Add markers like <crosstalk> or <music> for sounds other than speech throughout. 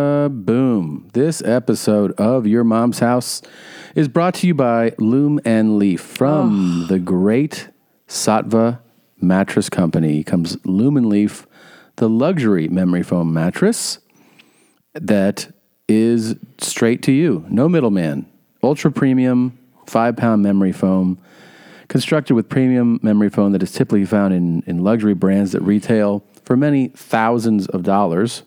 Kaboom! This episode of Your Mom's House is brought to you by Loom and Leaf from the great Satva Mattress Company. Comes Loom and Leaf, the luxury memory foam mattress that is straight to you, no middleman. Ultra premium, five pound memory foam, constructed with premium memory foam that is typically found in, in luxury brands that retail for many thousands of dollars.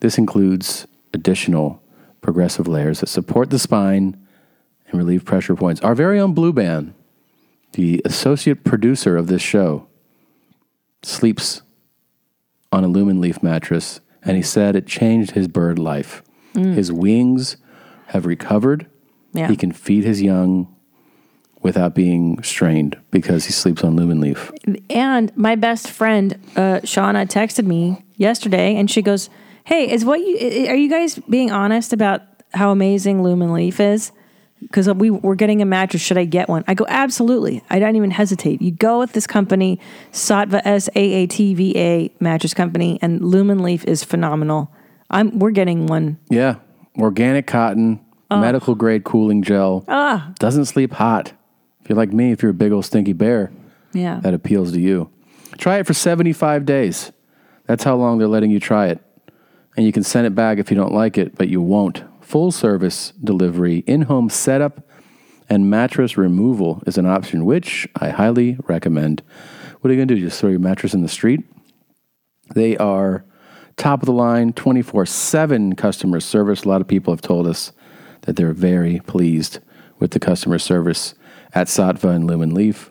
This includes additional progressive layers that support the spine and relieve pressure points. Our very own Blue Band, the associate producer of this show, sleeps on a lumen leaf mattress, and he said it changed his bird life. Mm. His wings have recovered. Yeah. He can feed his young without being strained because he sleeps on lumen leaf. And my best friend uh, Shauna texted me yesterday, and she goes, "Hey, is what you i- i- are you guys being honest about how amazing Lumen Leaf is? Because we we're getting a mattress. Should I get one? I go absolutely. I don't even hesitate. You go with this company, Satva S A A T V A mattress company, and Lumen Leaf is phenomenal. I'm we're getting one. Yeah. Organic cotton, Oh. medical grade cooling gel. Ah, Doesn't sleep hot. If you're like me, if you're a big old stinky bear, yeah. that appeals to you. Try it for 75 days. That's how long they're letting you try it. And you can send it back if you don't like it, but you won't. Full service delivery, in home setup, and mattress removal is an option, which I highly recommend. What are you going to do? Just throw your mattress in the street? They are top of the line, 24 7 customer service. A lot of people have told us that they're very pleased with the customer service at Satva and Lumen Leaf.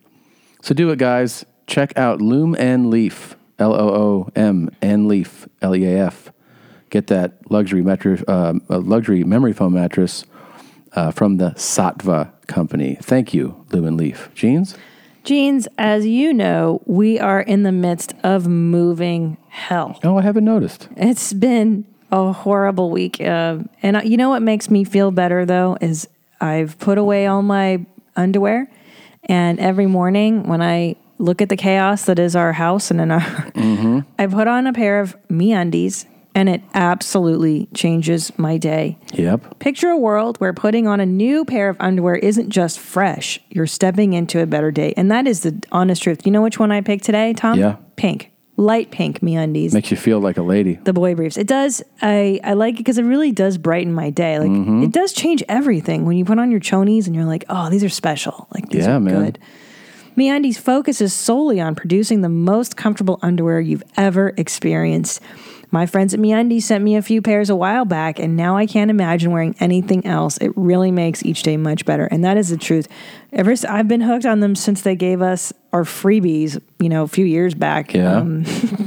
So do it, guys. Check out Loom and Leaf, L O O M and Leaf, L E A F. Get that luxury mattress, uh, uh, luxury memory foam mattress uh, from the Satva company. Thank you, Loom and Leaf. Jeans? Jeans, as you know, we are in the midst of moving hell. Oh, I haven't noticed. It's been a horrible week. Uh, and I, you know what makes me feel better, though, is I've put away all my underwear. And every morning when I look at the chaos that is our house and in our <laughs> Mm-hmm. I put on a pair of me undies and it absolutely changes my day. Yep. Picture a world where putting on a new pair of underwear isn't just fresh, you're stepping into a better day. And that is the honest truth. You know which one I picked today, Tom? Yeah. Pink. Light pink me undies. Makes you feel like a lady. the boy briefs. It does. I, I like it because it really does brighten my day. Like Mhm. it does change everything when you put on your chonies and you're like, oh, these are special. Like these yeah, are man. good. MeUndies focuses solely on producing the most comfortable underwear you've ever experienced. My friends at MeUndies sent me a few pairs a while back, and now I can't imagine wearing anything else. It really makes each day much better, and that is the truth. Ever s- I've been hooked on them since they gave us our freebies, you know, a few years back. Um, Yeah.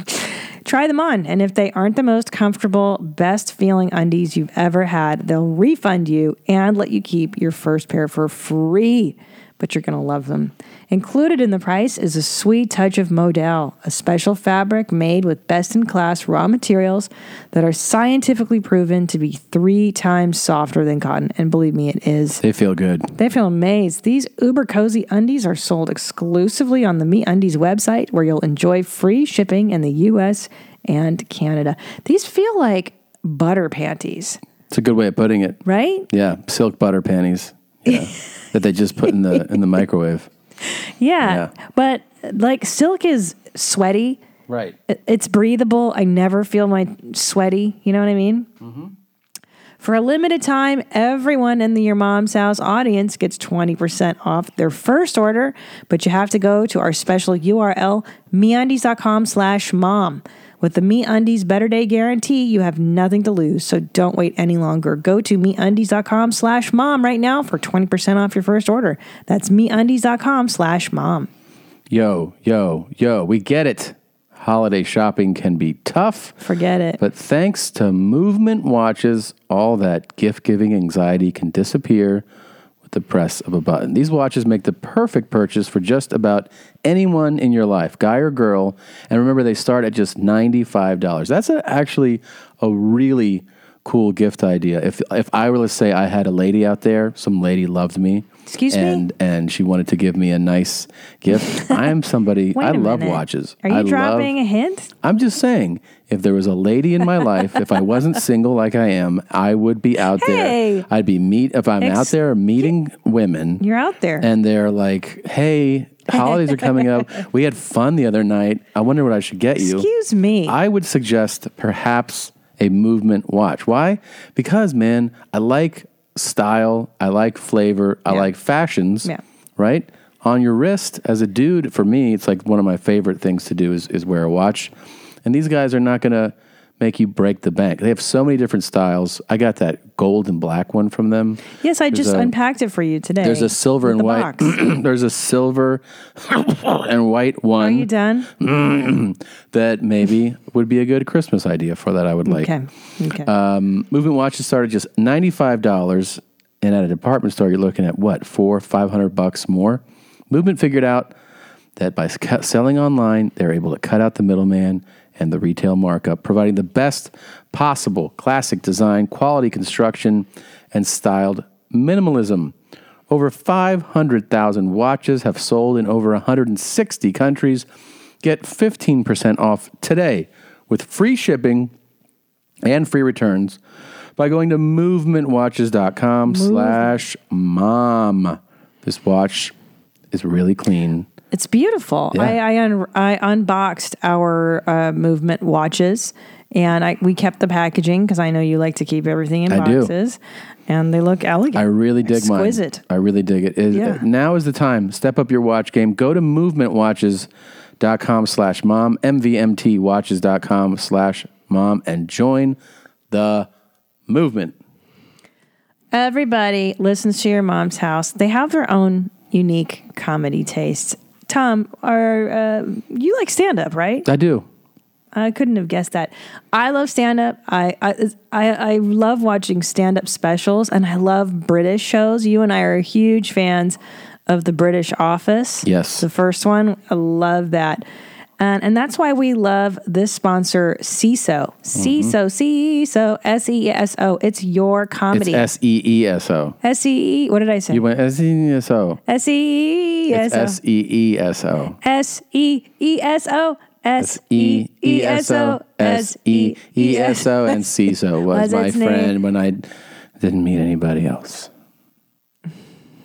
Try them on, and if they aren't the most comfortable, best feeling undies you've ever had, they'll refund you and let you keep your first pair for free. But you're going to love them. Included in the price is a sweet touch of Modal, a special fabric made with best in class raw materials that are scientifically proven to be three times softer than cotton. And believe me, it is. They feel good. They feel amazed. These uber cozy undies are sold exclusively on the Me Undies website, where you'll enjoy free shipping in the U.S. and Canada. These feel like butter panties, It's a good way of putting it. right? Yeah, silk butter panties. Yeah, that they just put in the in the microwave. Yeah. But like silk is sweaty. Right. It- It's breathable. I never feel my sweaty. You know what I mean? For a limited time, everyone in the Your Mom's House audience gets 20% off their first order, but you have to go to our special URL, meundies.com slash mom. With the MeUndies Better Day Guarantee, you have nothing to lose, so don't wait any longer. Go to meundies.com slash mom right now for 20% off your first order. That's meundies.com slash mom. Yo, yo, yo. We get it. Holiday shopping can be tough. Forget it. But thanks to movement watches, all that gift giving anxiety can disappear with the press of a button. These watches make the perfect purchase for just about anyone in your life, guy or girl. And remember, they start at just $95. That's a, actually a really cool gift idea. If if I were to say I had a lady out there, some lady loved me. Excuse me? and, And she wanted to give me a nice <laughs> gift. I am somebody, Wait I a love minute. watches. Are you I dropping love, a hint? I'm just saying, if there was a lady in my life, if I wasn't single like I am, I would be out Hey. there. I'd be meet if I'm out Ex- there meeting women You're out there. and they're <laughs> like, "Hey, holidays are coming up. We had fun the other night. I wonder what I should get you." Excuse me. I would suggest perhaps a movement watch. Why? Because man, I like style, I like flavor, I Yeah. like fashions, Yeah. right? On your wrist as a dude, for me, it's like one of my favorite things to do is is wear a watch. And these guys are not going to make you break the bank. They have so many different styles. I got that gold and black one from them. yes, I There's just a- unpacked it for you today. there's a silver with and the white. box. <clears throat> there's a silver <coughs> and white Are you one done? <clears throat> that maybe would be a good Christmas idea for that. I would like. Okay. Okay. Um, movement watches started just ninety five dollars, and at a department store, you're looking at what four five hundred bucks more. Movement figured out that by sc- selling online, they're able to cut out the middleman and the retail markup, providing the best possible classic design, quality construction, and styled minimalism. Over 500,000 watches have sold in over 160 countries. Get 15% off today with free shipping and free returns by going to movementwatches.com slash mom. This watch is really clean. It's beautiful. Yeah. I uh, I, un- I unboxed our uh, movement watches, and I we kept the packaging because I know you like to keep everything in I do. boxes, and they look elegant. I really dig mine. Exquisite. I really dig it. Is- Yeah. Now is the time. Step up your watch game. Go to movementwatches.com slash mom, mvmtwatches.com slash mom, and join the movement. Everybody listens to your mom's house. They have their own unique comedy tastes. Tom, are uh, you like stand up, right? I do. I couldn't have guessed that. I love stand up. I, I I I love watching stand up specials, and I love British shows. You and I are huge fans of the British Office. Yes. the first one. I love that. And, and that's why we love this sponsor, CISO. CISO, CISO, S E S O. It's your It's comedy. S E E S O. S E E. What did I say? You went S E E S O. S E E It's S O. S E E S O. S E E S O. S E E S O. S E E S O <laughs> and CISO was Was my its name. friend when I didn't meet anybody else.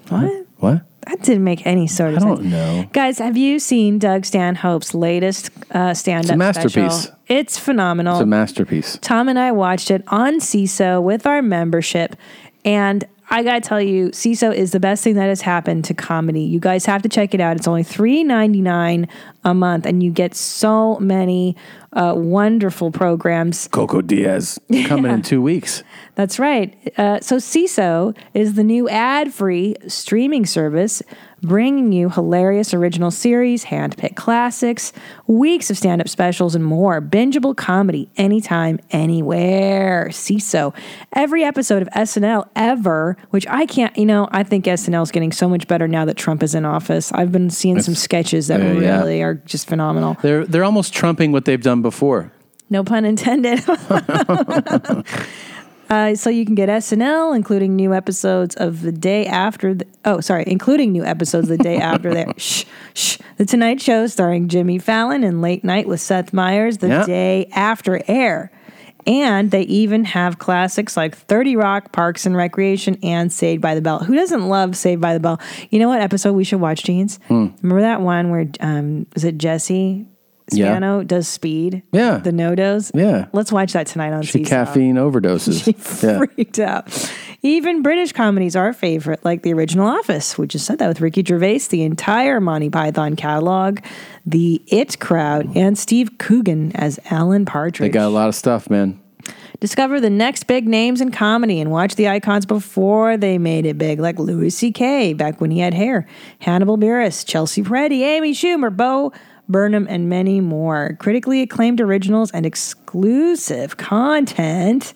What? What? That didn't make any sort I of sense. don't know. Guys, have you seen Doug Stanhope's latest uh, stand up? masterpiece. Special? It's phenomenal. It's a masterpiece. Tom and I watched it on CISO with our membership. And I got to tell you, CISO is the best thing that has happened to comedy. You guys have to check it out. It's only $3.99 a month, and you get so many uh, wonderful programs. Coco Diaz coming in two weeks. That's right. Uh, so CISO is the new ad-free streaming service bringing you hilarious original series, hand-picked classics, weeks of stand-up specials, and more. Bingeable comedy anytime, anywhere. CISO. Every episode of SNL ever, which I can't, you know, I think SNL is getting so much better now that Trump is in office. I've been seeing some sketches that uh, yeah. really are just phenomenal. They're they're almost trumping what they've done before. No pun intended. <laughs> uh, so you can get SNL, including new episodes of the day after. The, oh, sorry, including new episodes the day after. <laughs> There, shh, shh. The Tonight Show, starring Jimmy Fallon, and Late Night with Seth Meyers, the Yeah. day after air. And they even have classics like 30 Rock, Parks and Recreation, and Saved by the Bell. Who doesn't love Saved by the Bell? You know what episode we should watch, Jeans? Hmm. Remember that one where, um, was it Jesse Yeah. Spano does Speed? Yeah. The nodos. Yeah. Let's watch that tonight on She CSO. <laughs> caffeine overdoses. yeah. Freaked out. Even British comedies are a favorite, like the original Office. We just said that with Ricky Gervais, the entire Monty Python catalog, the It crowd, and Steve Coogan as Alan They Partridge. got a lot of stuff, man. Discover the next big names in comedy and watch the icons before they made it big, like Louis C.K. back when he had hair, Hannibal Buress, Chelsea Peretti, Amy Schumer, Bo Burnham, and many more. Critically acclaimed originals and exclusive content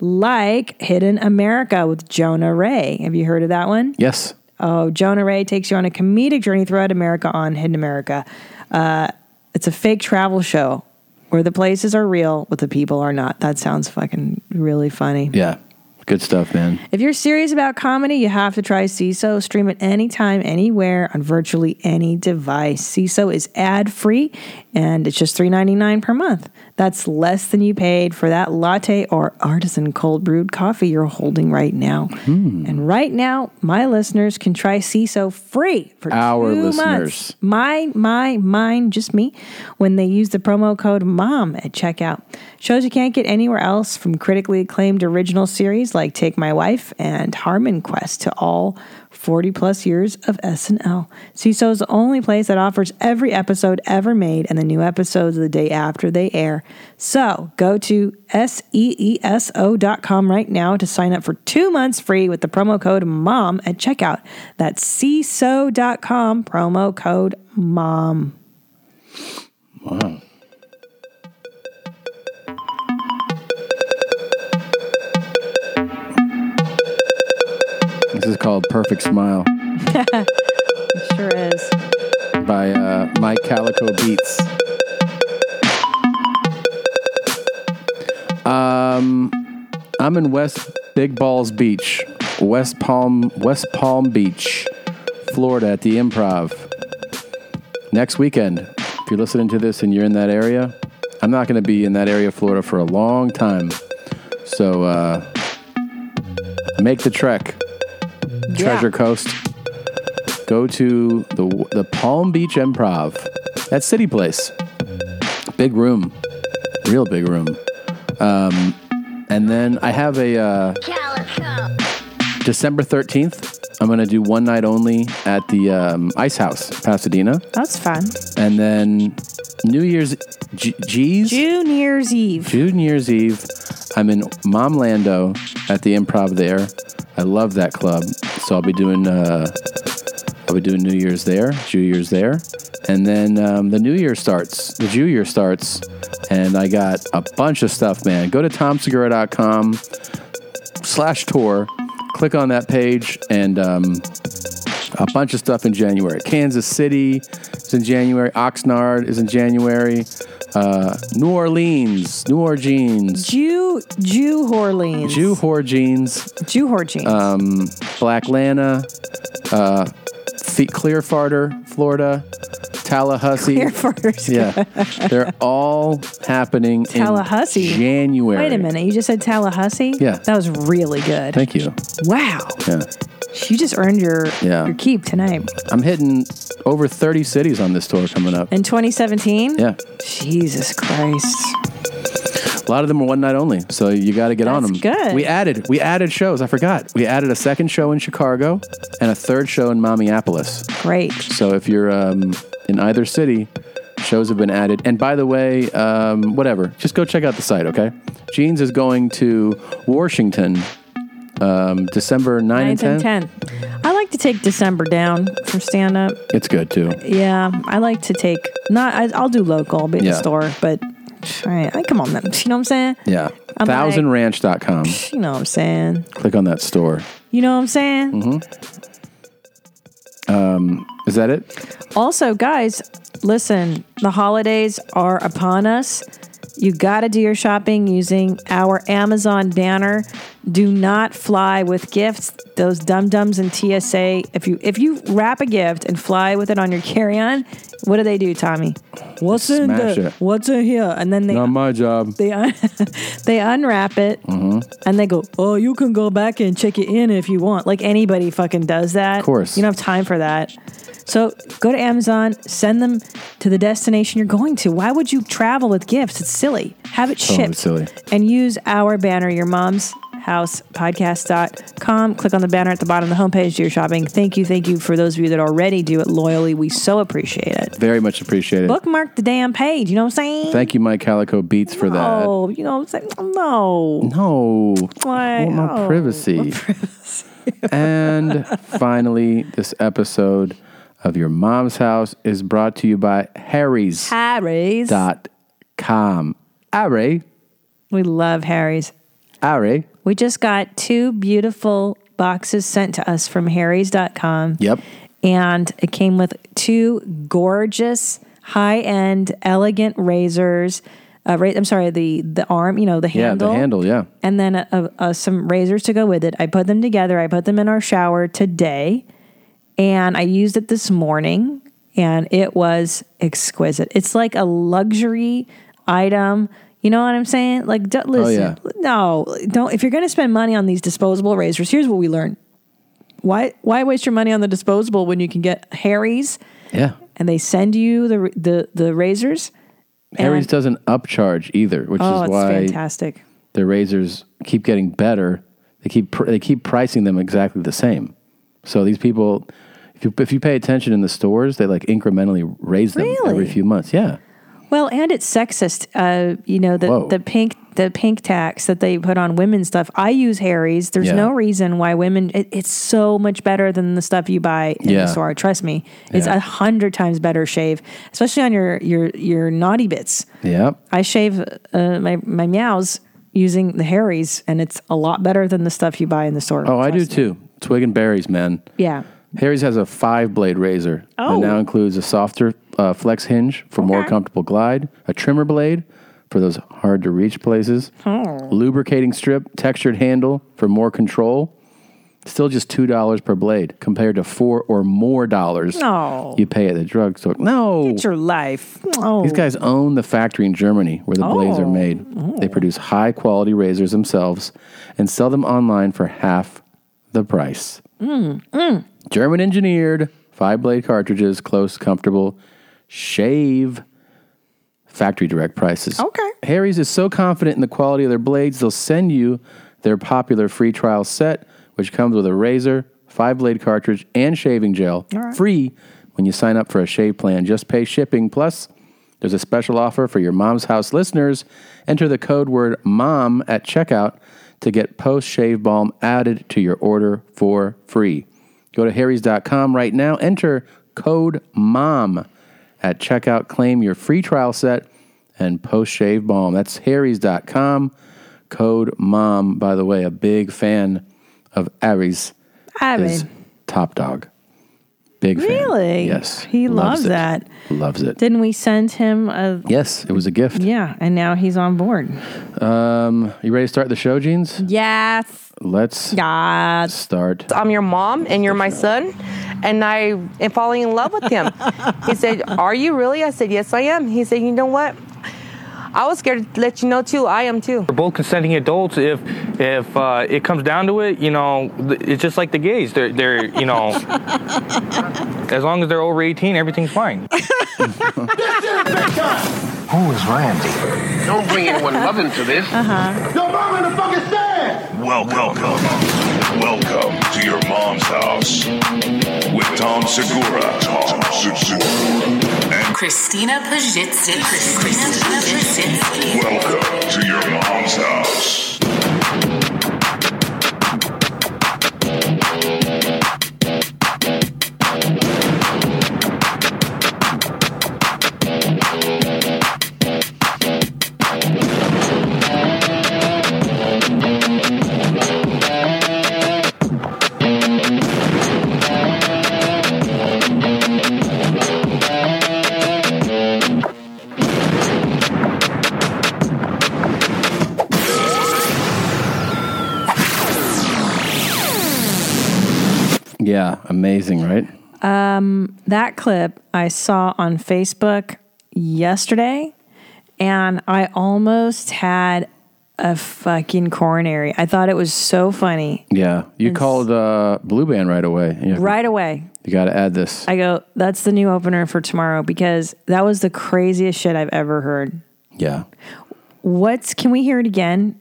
like Hidden America with Jonah Ray. Have you heard of that one? Yes. Oh, Jonah Ray takes you on a comedic journey throughout America on Hidden America. Uh, it's a fake travel show where the places are real, but the people are not. That sounds fucking really funny. Yeah. Good stuff, man. If you're serious about comedy, you have to try CISO. Stream it anytime, anywhere, on virtually any device. CISO is ad free and it's just $3.99 per month. That's less than you paid for that latte or artisan cold brewed coffee you're holding right now. Hmm. And right now, my listeners can try CISO free for Our two listeners. months. My, my, mine, just me, when they use the promo code MOM at checkout. Shows you can't get anywhere else from critically acclaimed original series like Take My Wife and Harmon Quest to all 40 plus years of SNL. CISO is the only place that offers every episode ever made and the new episodes the day after they air. So go to E SEESO.com right now to sign up for two months free with the promo code MOM at checkout. That's CISO.com, promo code MOM. Wow. This is called Perfect Smile It <laughs> sure is. by uh, Mike Calico Beats. Um, I'm in West Big Balls Beach, West Palm, West Palm Beach, Florida at the Improv next weekend. If you're listening to this and you're in that area, I'm not going to be in that area of Florida for a long time. So uh, make the trek, Treasure Coast. Go to the the Palm Beach Improv. That's City Place. Big room, real big room. Um, and then I have a. Uh, Calico. December 13th, I'm going to do one night only at the um, Ice House, Pasadena. That's fun. And then New Year's G- G's, June Year's Eve. June New Year's Eve, I'm in Mom Lando at the improv there. I love that club. So I'll be doing. Uh, I'll be doing New Year's there, Jew Year's there, and then um, the New Year starts. The Jew Year starts, and I got a bunch of stuff, man. Go to tomsegura.com slash tour, click on that page, and um, a bunch of stuff in January. Kansas City is in January. Oxnard is in January. Uh, New Orleans, New Orleans, Jew, Jew Horleans. Jew Horjeans, Jew Horjeans. um, Black Lana, uh, Fe- Clear Farter, Florida, Tallahassee. Air Force. Yeah, they're all happening Tallahassee? in January. Wait a minute. You just said Tallahassee? Yeah. That was really good. Thank you. Wow. Yeah, You just earned your, Yeah. your keep tonight. I'm hitting over 30 cities on this tour coming up. In 2017? Yeah, Jesus Christ. a lot of them are one night only, so you got to get on them. That's good. We added we added shows. I forgot. We added a second show in Chicago and a third show in Mommyapolis. Great. So if you're um, in either city, shows have been added. And by the way, um, whatever, just go check out the site, okay? Jeans is going to Washington um, December 9 9th and 10th. and 10th. I like to take December down for stand up. It's good too. Yeah. I like to take, not, I, I'll do local, I'll be at Yeah. the store, but I, I come on them. You know what I'm saying? Yeah. I'm Thousandranch.com. You know what I'm saying? Click on that store. You know what I'm saying? Mm-hmm. Um, Is that it? Also, guys, listen, the holidays are upon us. You got to do your shopping using our Amazon banner. Do not fly with gifts. Those dum dums and TSA. If you if you wrap a gift and fly with it on your carry on, what do they do, Tommy? What's Smash in the, it. What's in here? And then they Not my job. they un- <laughs> they unwrap it Mm-hmm. and they go, "Oh, you can go back and check it in if you want." Like anybody fucking does that. Of course. you don't have time for that. So go to Amazon, send them to the destination you're going to. Why would you travel with gifts? It's silly. Have it Totally shipped silly. and use our banner, your mom's house podcast.com. Click on the banner at the bottom of the homepage, do your shopping. Thank you, thank you for those of you that already do it loyally. We so appreciate it. Very much appreciated. Bookmark the damn page, you know what I'm saying? Thank you, Mike Calico Beats, for that. Oh, you know what I'm saying? No. No. Why? Well, no Oh, privacy. <laughs> and finally, this episode of Your Mom's House is brought to you by Harry's Harry's. dot com. Harry, We love Harry's. Harry. We just got two beautiful boxes sent to us from harrys.com. Yep. And it came with two gorgeous, high end, elegant razors. uh, ra- I'm sorry, the the arm, you know, the Yeah, handle. the handle. Yeah. And then uh, uh, some razors to go with it. I put them together. I put them in our shower today, and I used it this morning, and it was exquisite. It's like a luxury item. You know what I'm saying? Like, do Oh, listen, no, don't. If you're going to spend money on these disposable razors, here's what we learned: why why waste your money on the disposable when you can get Harry's Yeah. and they send you the the the razors? Harry's doesn't upcharge either, which Oh, is it's why fantastic. the razors keep getting better. They keep pr- they keep pricing them exactly the same. So these people, if you if you pay attention in the stores, they like incrementally raise them every Really? few months. Yeah, Well, and it's sexist. Uh, you know the Whoa. the pink the pink tax that they put on women's stuff. I use Harry's. There's Yeah. no reason why women. It, it's so much better than the stuff you buy in Yeah. the store. Trust me, it's Yeah. a hundred times better shave, especially on your your your naughty bits. yeah. I shave uh, my my meows using the Harry's, and it's a lot better than the stuff you buy in the store. Oh, I do too. Twig and berries, man. Yeah. Harry's has a five blade razor Oh. that now includes a softer uh, flex hinge for more Okay. comfortable glide, a trimmer blade for those hard to reach places, Hmm. lubricating strip, textured handle for more control. Still just two dollars per blade compared to four or more dollars No. you pay at the drugstore. No, It's your life. Oh, these guys own the factory in Germany where the blades are Oh. made. They produce high quality razors themselves and sell them online for half the price. German engineered, five blade cartridges, close, comfortable, shave, factory direct prices. Okay. Harry's is so confident in the quality of their blades, they'll send you their popular free trial set, which comes with a razor, five blade cartridge, and shaving gel free when you sign up for a shave plan. Just pay shipping. Plus, there's a special offer for your mom's house listeners. Enter the code word MOM at checkout to get post shave balm added to your order for free. Go to harrys.com right now, enter code MOM at checkout, claim your free trial set and post shave balm. That's harrys.com, code MOM. By the way, a big fan of Harry's Oh, I is mean, Top Dog. Big fan. Really? Yes. He loves it. that. Loves it. didn't we send him a? Yes, it was a gift. Yeah, and now he's on board. Um, you ready to start the show, Jeans? Yes. Let's God. start. I'm your mom and you're my son. And I am falling in love with him. he said, Are you really? I said, Yes, I am. He said, You know what? I was scared to let you know too. I am too. We're both consenting adults. If if uh, it comes down to it, you know, th- it's just like the gays. They're they're you <laughs> know, as long as they're over 18, everything's fine. <laughs> Who is Randy? Don't bring anyone loving to this. Uh-huh. Your mom in the fucking stand! Welcome. Welcome to your mom's house with Tom Segura. Tom Segura. And Christina Pajitsky. Christina Pajitsky. welcome to your mom's house. Yeah, amazing, right? Um, That clip I saw on Facebook yesterday, and I almost had a fucking coronary. I thought it was so funny. Yeah. You called uh, Blue Band right away. And you're like, Right away, You got to add this. I go, that's the new opener for tomorrow because that was the craziest shit I've ever heard. yeah. What's, can we hear it again?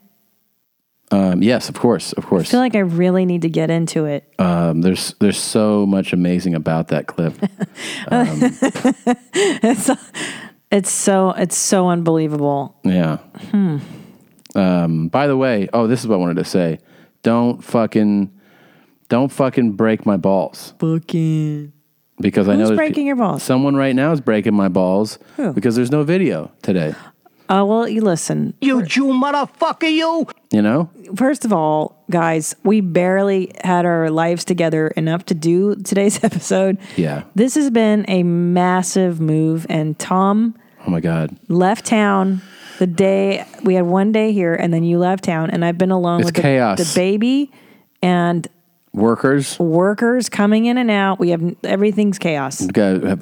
Um, yes, of course, of I course. feel like I really need to get into it. Um, there's there's so much amazing about <laughs> that clip. Um, It's so, it's so unbelievable. Hmm. Yeah. Um, by the way, oh, this is what I wanted to say. Don't fucking, don't fucking break my balls Fucking. because I know Who's there's pe- breaking your balls? Someone right now is breaking my balls Who? because there's no video today. Oh, well, you listen. You Jew motherfucker, you! You know, First of all, guys, we barely had our lives together enough to do today's <laughs> episode. Yeah. This has been a massive move, and Tom oh my god, left town the day we had one day here, and then you left town, and I've been alone It's with the- chaos. The, baby and Workers, workers coming in and out. We have everything's chaos. we got have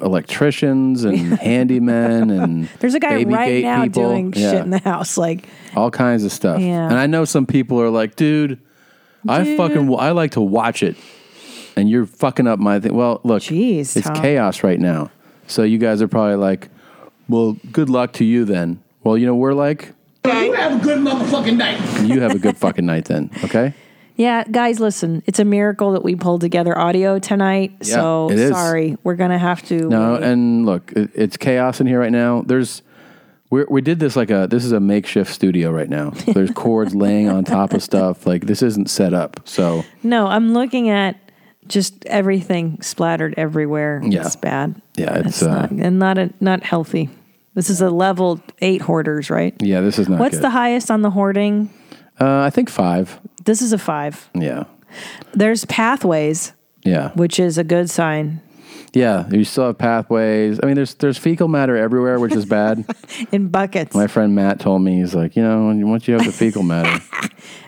<laughs> electricians and handymen and There's a guy baby right gate now people. doing Yeah. shit in the house, like all kinds of stuff. Yeah. And I know some people are like, dude, I Dude. fucking I like to watch it, and you're fucking up my thing. Well, look, Jeez, it's Tom. chaos right now. So you guys are probably like, well, good luck to you then. Well, you know we're like, You have a good motherfucking night. you have a good fucking night then, <laughs> okay? Yeah, guys, listen, it's a miracle that we pulled together audio tonight. Yeah, so it is. sorry, we're gonna have to. No, and look, it, it's chaos in here right now. There's we we did this like a this is a makeshift studio right now. There's cords laying on top of stuff. Like this isn't set up. So no, I'm looking at just everything splattered everywhere. Yeah. it's bad. Yeah, it's, uh, not and not a, not healthy. This is a level eight hoarders, right? yeah, this is not. What's good. the highest on the hoarding? Uh, I think five. This is a five. Yeah, There's pathways, yeah, which is a good sign. yeah. You still have pathways. I mean, there's there's fecal matter everywhere, which is <laughs> bad. In buckets, My friend Matt told me he's like, you know, once you have the fecal matter,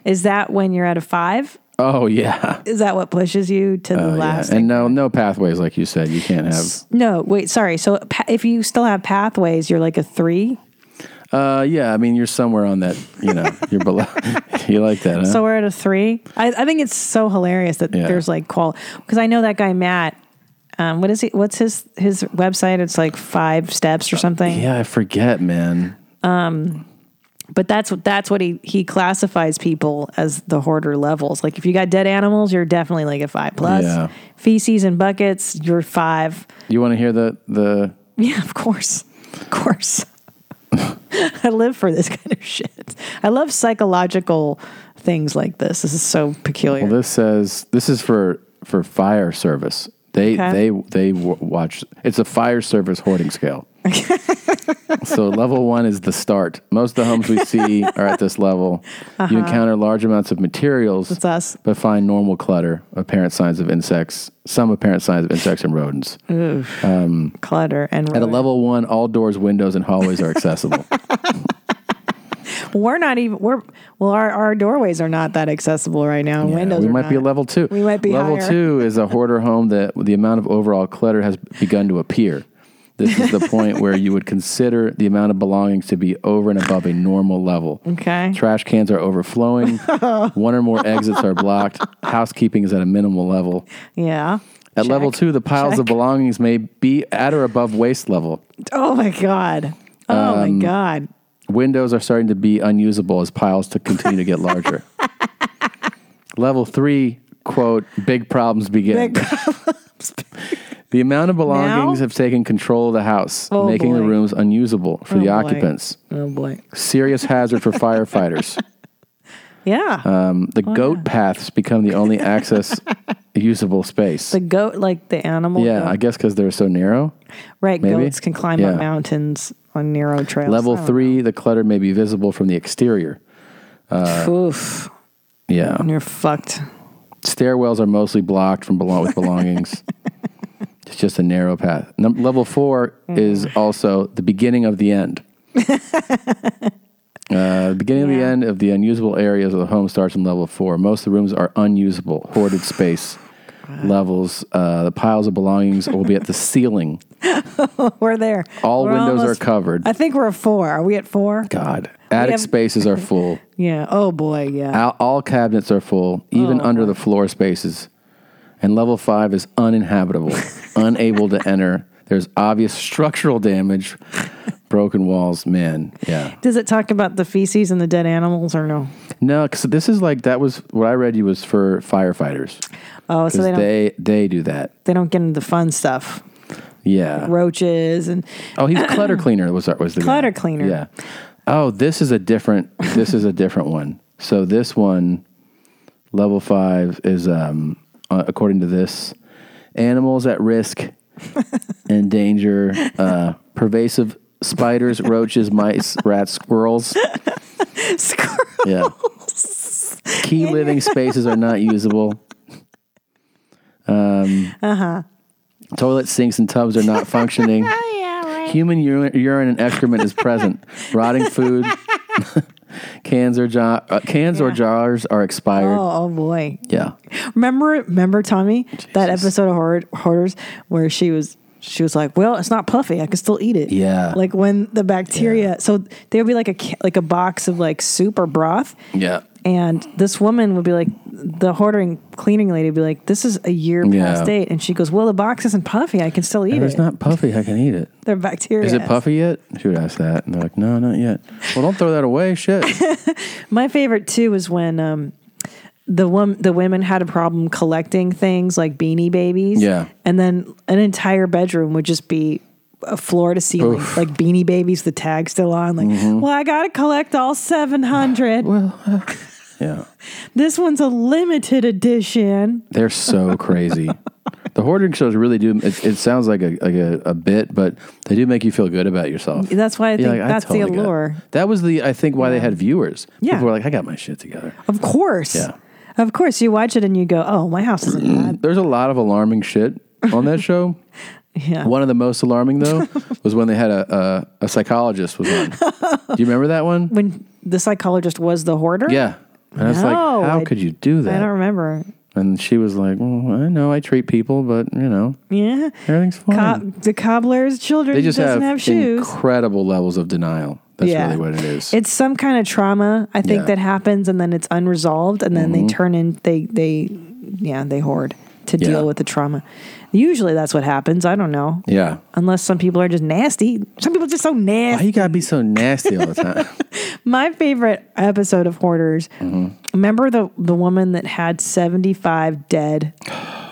is that when you're at a five? <laughs> oh yeah, Is that what pushes you to the Oh, yeah. last? And no, no pathways like you said. You can't have. <laughs> No, wait, sorry. So pa- if you still have pathways, you're like a three. Uh, yeah, I mean, you're somewhere on that. You know, you're below. <laughs> you like that? Huh? So we're at a three. I, I think it's so hilarious that Yeah. there's like qual because I know that guy Matt. Um, what is he? What's his his website? It's like five steps or something. Um, Yeah, I forget, man. But that's what that's what he he classifies people as the hoarder levels. Like if you got dead animals, you're definitely like a five plus. Yeah. Feces and buckets, you're five. You want to hear the the? <laughs> Yeah, of course. Of course. <laughs> I live for this <laughs> kind of shit. I love psychological things like this. This is so peculiar. Well, this says this is for for fire service. They Okay. they they w- watch. It's a fire service hoarding scale. <laughs> so level one is the start. Most of the homes we see are at this level. You encounter large amounts of materials. Uh-huh. That's us. But find normal clutter, apparent signs of insects, some apparent signs of insects and rodents. Um, Clutter and At a level one, all doors, windows, and hallways are accessible. We're not even we're well our, our doorways are not that accessible right now. Yeah, Windows. we are might be a not. level two. We might be level higher. two is a hoarder home that the amount of overall clutter has begun to appear. This is <laughs> the point where you would consider the amount of belongings to be over and above a normal level. Okay. Trash cans are <laughs> overflowing. One or more exits are blocked. Housekeeping is at a minimal level. Yeah. At Check. level two, the piles of Check. belongings may be at or above waist level. Oh my god. Oh my god. Um, Windows are starting to be unusable as piles to continue to get <laughs> larger. Level three, quote, big problems begin. <laughs> Big the amount of belongings Now? have taken control of the house, Oh, making the boy. rooms unusable for Oh, the boy. occupants. Oh boy. Serious hazard <laughs> for firefighters. Yeah. Um, the goat paths become the <laughs> only access usable space. the goat like the animal. yeah, goat. I guess because they're so narrow. right. maybe? Goats can climb Yeah. up mountains on narrow trails. Oh. Level I don't three, the clutter may be visible from the exterior. Uh, know. Oof. Yeah. You're fucked. stairwells are mostly blocked from belong <laughs> with belongings. it's just a narrow path. Num- level four is Mm. also the beginning of the <laughs> end. uh, the beginning of the Yeah. end of the unusable areas of the home starts in level four. Most of the rooms are unusable, hoarded space. Levels, uh, the piles of belongings will be at the ceiling. <laughs> We're there. All We're windows almost- are covered. I think we're at four. Are we at four? God, attic have- spaces <laughs> are full. Yeah. Oh boy. Yeah. All, all cabinets are full, even under the floor spaces. And level five is uninhabitable, unable to enter. There's obvious structural damage, broken walls. Man, yeah. Does it talk about the feces and the dead animals or no? No, because this is like that was what I read you was for firefighters. Oh, 'Cause so they don't they, they they do that. don't get into the fun stuff, Yeah. roaches and <clears throat> Oh, he's clutter cleaner. Was that was the guy. Clutter cleaner. Yeah. Oh, this is a different. This is a different one. So this one, level five is um, uh, according to this, animals at <laughs> risk and danger, uh, pervasive spiders, roaches, mice, rats, squirrels. squirrels. <laughs> Yeah. Key living spaces are not usable. Um, Uh-huh. uh huh. Toilet sinks and tubs are not functioning. <laughs> Oh, Yeah, right. Human ur- urine and excrement <laughs> is present. Rotting food, cans or jar, uh, cans or Yeah. jars are expired. Oh, oh boy. Yeah, Remember, remember, Tommy, that episode of Hoard, Hoarders where she was, she was like, "Well, it's not puffy. I can still eat it." Yeah. Like when the bacteria, so there would be like a ca- like a box of like soup or broth, yeah. and this woman would be like, the hoarding cleaning lady would be like, "This is a year Yeah. past date," and she goes, "Well, the box isn't puffy. I can still eat If it's it. not puffy, I can eat it. They're bacteria. Is it puffy yet? She would ask that, and they're like, "No, not yet." Well, don't throw that <laughs> away. Shit. My favorite too was when um, the wom- the women had a problem collecting things like Beanie Babies. Yeah. and then an entire bedroom would just be a floor to ceiling Oof. Mm-hmm. like Beanie Babies. The tag still on. Like, well, I gotta collect all seven hundred. well, uh, yeah. this one's a limited edition. They're <laughs> so crazy. the hoarding shows really do. It, it sounds like a like a, a bit, but they do make you feel good about yourself. That's why I think You're like, that's Oh. totally the got it." allure. That was the I think why they had viewers. Yeah. people were like, I got my shit together. Of course. Yeah. Of course, you watch it and you go, "Oh, my house isn't bad." There's a lot of alarming shit on that show. <laughs> Yeah. One of the most <laughs> alarming though was when they had a a, a psychologist was on. do you remember that one? When the psychologist was the hoarder. Yeah. And I was like, No, how I- could you do I that? don't remember. And she was like, well, I know I treat people, but you know, Yeah. everything's fine. Co- the cobbler's children they just doesn't have, have, shoes. incredible levels of denial. That's really what it is. It's some kind of trauma, I think, Yeah. Mm-hmm. that happens, and then it's unresolved, and then they turn in. They they yeah they hoard to Yeah. deal with the trauma. Usually that's what happens. I don't know. yeah. Unless some people are just nasty. Some people are just so Why nasty. you gotta be so nasty all the time? <laughs> My favorite episode of Hoarders. Mm-hmm. Remember the the woman that had seventy five <sighs> dead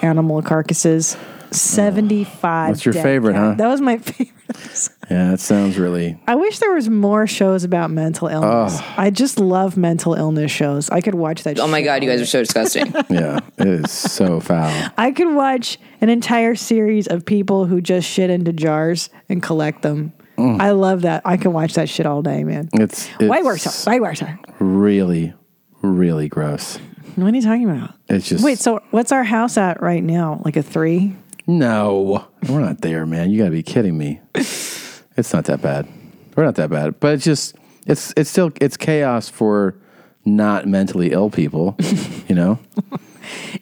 animal carcasses. Seventy five. That's your favorite, huh? That was my favorite. episode. <laughs> yeah, that sounds really. I wish there was more shows about mental illness. I just love mental illness shows. I could watch that. Oh my shit. god, you guys are so disgusting. <laughs> Yeah, it is so foul. I could watch an entire series of people who just shit into jars and collect them. Hmm. I love that. I could watch that shit all day, man. Mm. It's, it's Why worse? so? Why worse? so? really, really gross. What are you talking about? It's just Wait, so what's our house at right now? Like a three? no, we're not there, man. You gotta be kidding me. It's not that bad. We're not that bad, but it's just it's it's still it's chaos for not mentally ill people. <laughs> You know,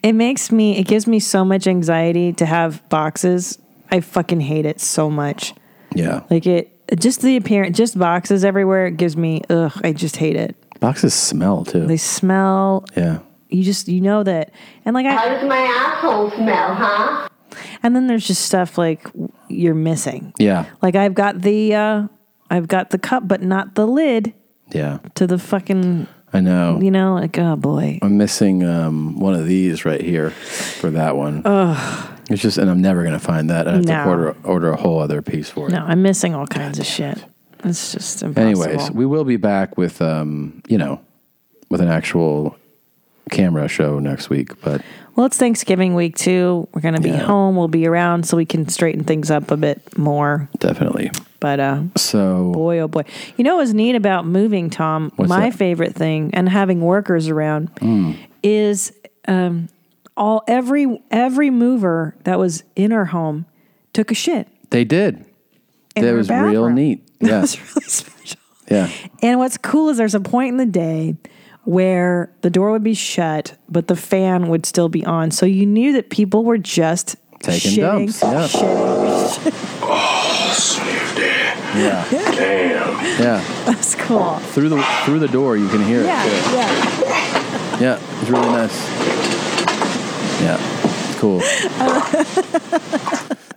It makes me, it gives me so much anxiety to have boxes. I fucking hate it so much. yeah. Like it, just the appearance, just boxes everywhere. It gives me, ugh, I just hate it. Boxes smell too. They smell. yeah, You just, you know that. And like, I, does my asshole smell, huh? and then there's just stuff like you're missing. yeah, Like I've got the, uh, I've got the cup, but not the lid yeah. to the fucking, I know. you know, like, oh boy. I'm missing um, one of these right here for that one. It's just, and I'm never gonna find that. I have Oh. No. to order order a whole other piece for it. No, I'm missing all kinds of shit. It's just impossible. <laughs> Anyways, we will be back with um, you know, with an actual camera show next week. But Well, it's Thanksgiving week too. We're gonna be Yeah. home. We'll be around so we can straighten things up a bit more. definitely. But uh, So boy, oh boy, you know what's neat about moving, Tom? What's my that? favorite thing and having workers around Mm. is um, all every every mover that was in our home took a shit. they did. In That our was real bathroom. neat. <laughs> That Yeah. was really special. Yeah. And what's cool is there's a point in the day where the door would be shut, but the fan would still be on. So you knew that people were just Taking shitting, <laughs> dumps, yeah. shitting. Oh, Yeah. Damn. Yeah. That's cool. Through the through the door you can hear Yeah, it. too. yeah. Yeah. It's really nice. Yeah. Cool.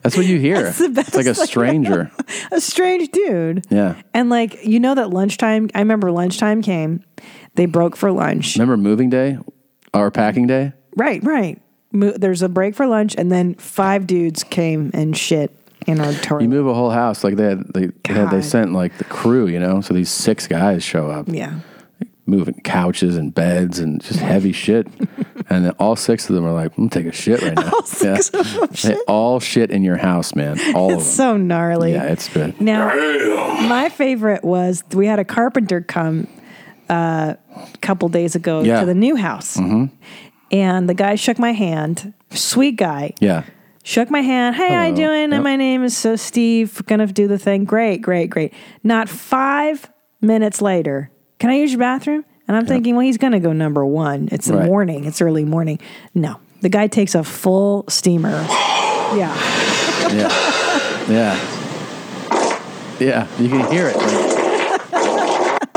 That's what you hear. the best it's like a thing. stranger. <laughs> A strange dude. Yeah. And like you know that lunchtime. I remember lunchtime came. They broke for lunch. Remember moving day or packing day? Right, right. Mo- there's a break for lunch, and then five dudes came and shit <laughs> in our toilet. You move a whole house like they had, they, they had they God. sent like the crew, you know. So these six guys show up, yeah. moving couches and beds and just <laughs> heavy shit, and then all six of them are like, "I'm gonna take a shit right now." All six yeah. of them They all shit in your house, man. All It's of so them. gnarly. yeah, it's been Now, my favorite was we had a carpenter come uh, a couple days ago Yeah. Mm-hmm. to the new house, and the guy shook my hand. Sweet guy. yeah. shook my hand. Hey, how you Hello. doing? Yep. And my name is so Steve. Gonna do the thing. Great, great, great. Not five minutes later, can I use your bathroom? And I'm thinking, well, he's gonna go number one. It's the Right. morning. It's early morning. No, the guy takes a full <gasps> steamer. yeah. Yeah. yeah. Yeah. You can hear it. Like,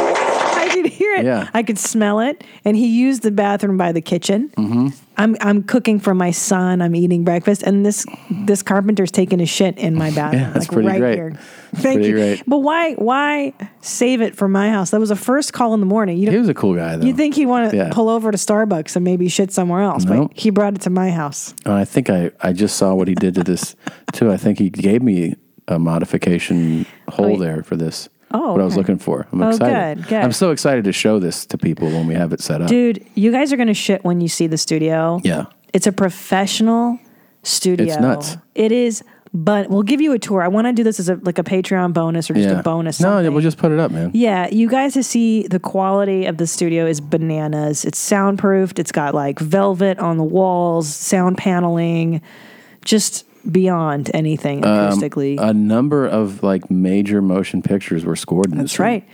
I could hear it. Yeah. I could smell it. And he used the bathroom by the kitchen. Mm-hmm. I'm I'm cooking for my son. I'm eating breakfast, and this this carpenter's taking a shit in my bathroom. <laughs> Yeah, that's like pretty right great. Here. That's Thank pretty you. great. But why why save it for my house? That was a first call in the morning. You he don't, was a cool guy, though. you think he'd want to Yeah. pull over to Starbucks and maybe shit somewhere else? Nope. But he brought it to my house. And I think I, I just saw what he did to this, too. I think he gave me a modification hole Oh, y- there for this. Oh, What I was okay. looking for. I'm Oh, excited. good, good. I'm so excited to show this to people when we have it set up. Dude, you guys are gonna shit when you see the studio. Yeah. It's a professional studio. It's nuts. It is, but we'll give you a tour. I want to do this as a like a Patreon bonus or just yeah. a bonus. No, something. we'll just put it up, man. yeah. You guys to see the quality of the studio is bananas. It's soundproofed. It's got like velvet on the walls, sound paneling, just beyond Um, anything acoustically. A number of like major motion pictures were scored in this. That's right.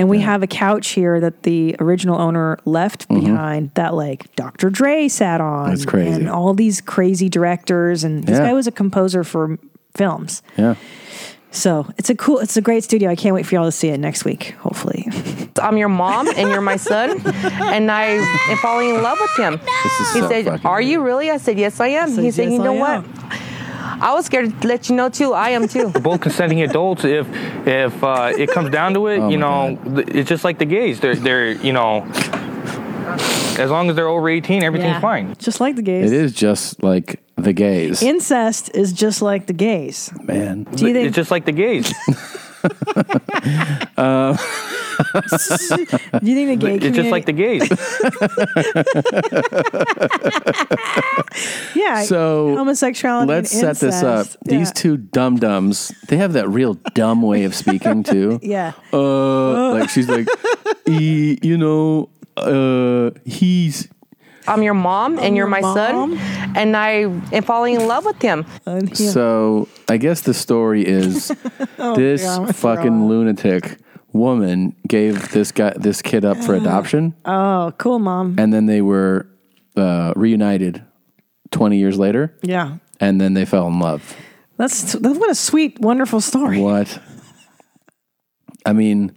And we have a couch here that the original owner left behind that like Dr. Dre sat on. Mm-hmm. That's crazy. And all these crazy directors and this Yeah. guy was a composer for m- films. Yeah. So it's a cool it's a great studio. I can't wait for y'all to see it next week, hopefully. I'm your mom and you're my son, and I am falling in love with him. This is He so said, fucking Are you really? I said, Yes, I am. said, he said, "Yes, You know I what? I was scared to let you know too. I am too. We're both consenting adults. If if uh, it comes down to it, Oh you my know, th- it's just like the gays. They're they're you know, as long as they're over 18, everything's fine. Just like the gays. It is just like the gays. Incest is just like the gays. man. Do you It's think just like the gays. <laughs> <laughs> do you think the gay It's just like the <laughs> gays. Uh, <laughs> community- Yeah. So, homosexuality. Let's and set this up. incest. These Yeah. two dum dums, they have that real dumb way <laughs> of speaking too. Yeah. Uh, like she's <laughs> like, "E- you know, uh, he's I'm your mom and you're my your mom? son, and I am falling in love with him. And, yeah. Oh, So I guess the <laughs> story is this yeah, I'm gonna throw fucking up. lunatic woman gave this guy this kid up <gasps> for adoption, oh, cool mom. and then they were uh, reunited twenty years later, Yeah. and then they fell in love. That's that's what a sweet, wonderful story. What? I mean,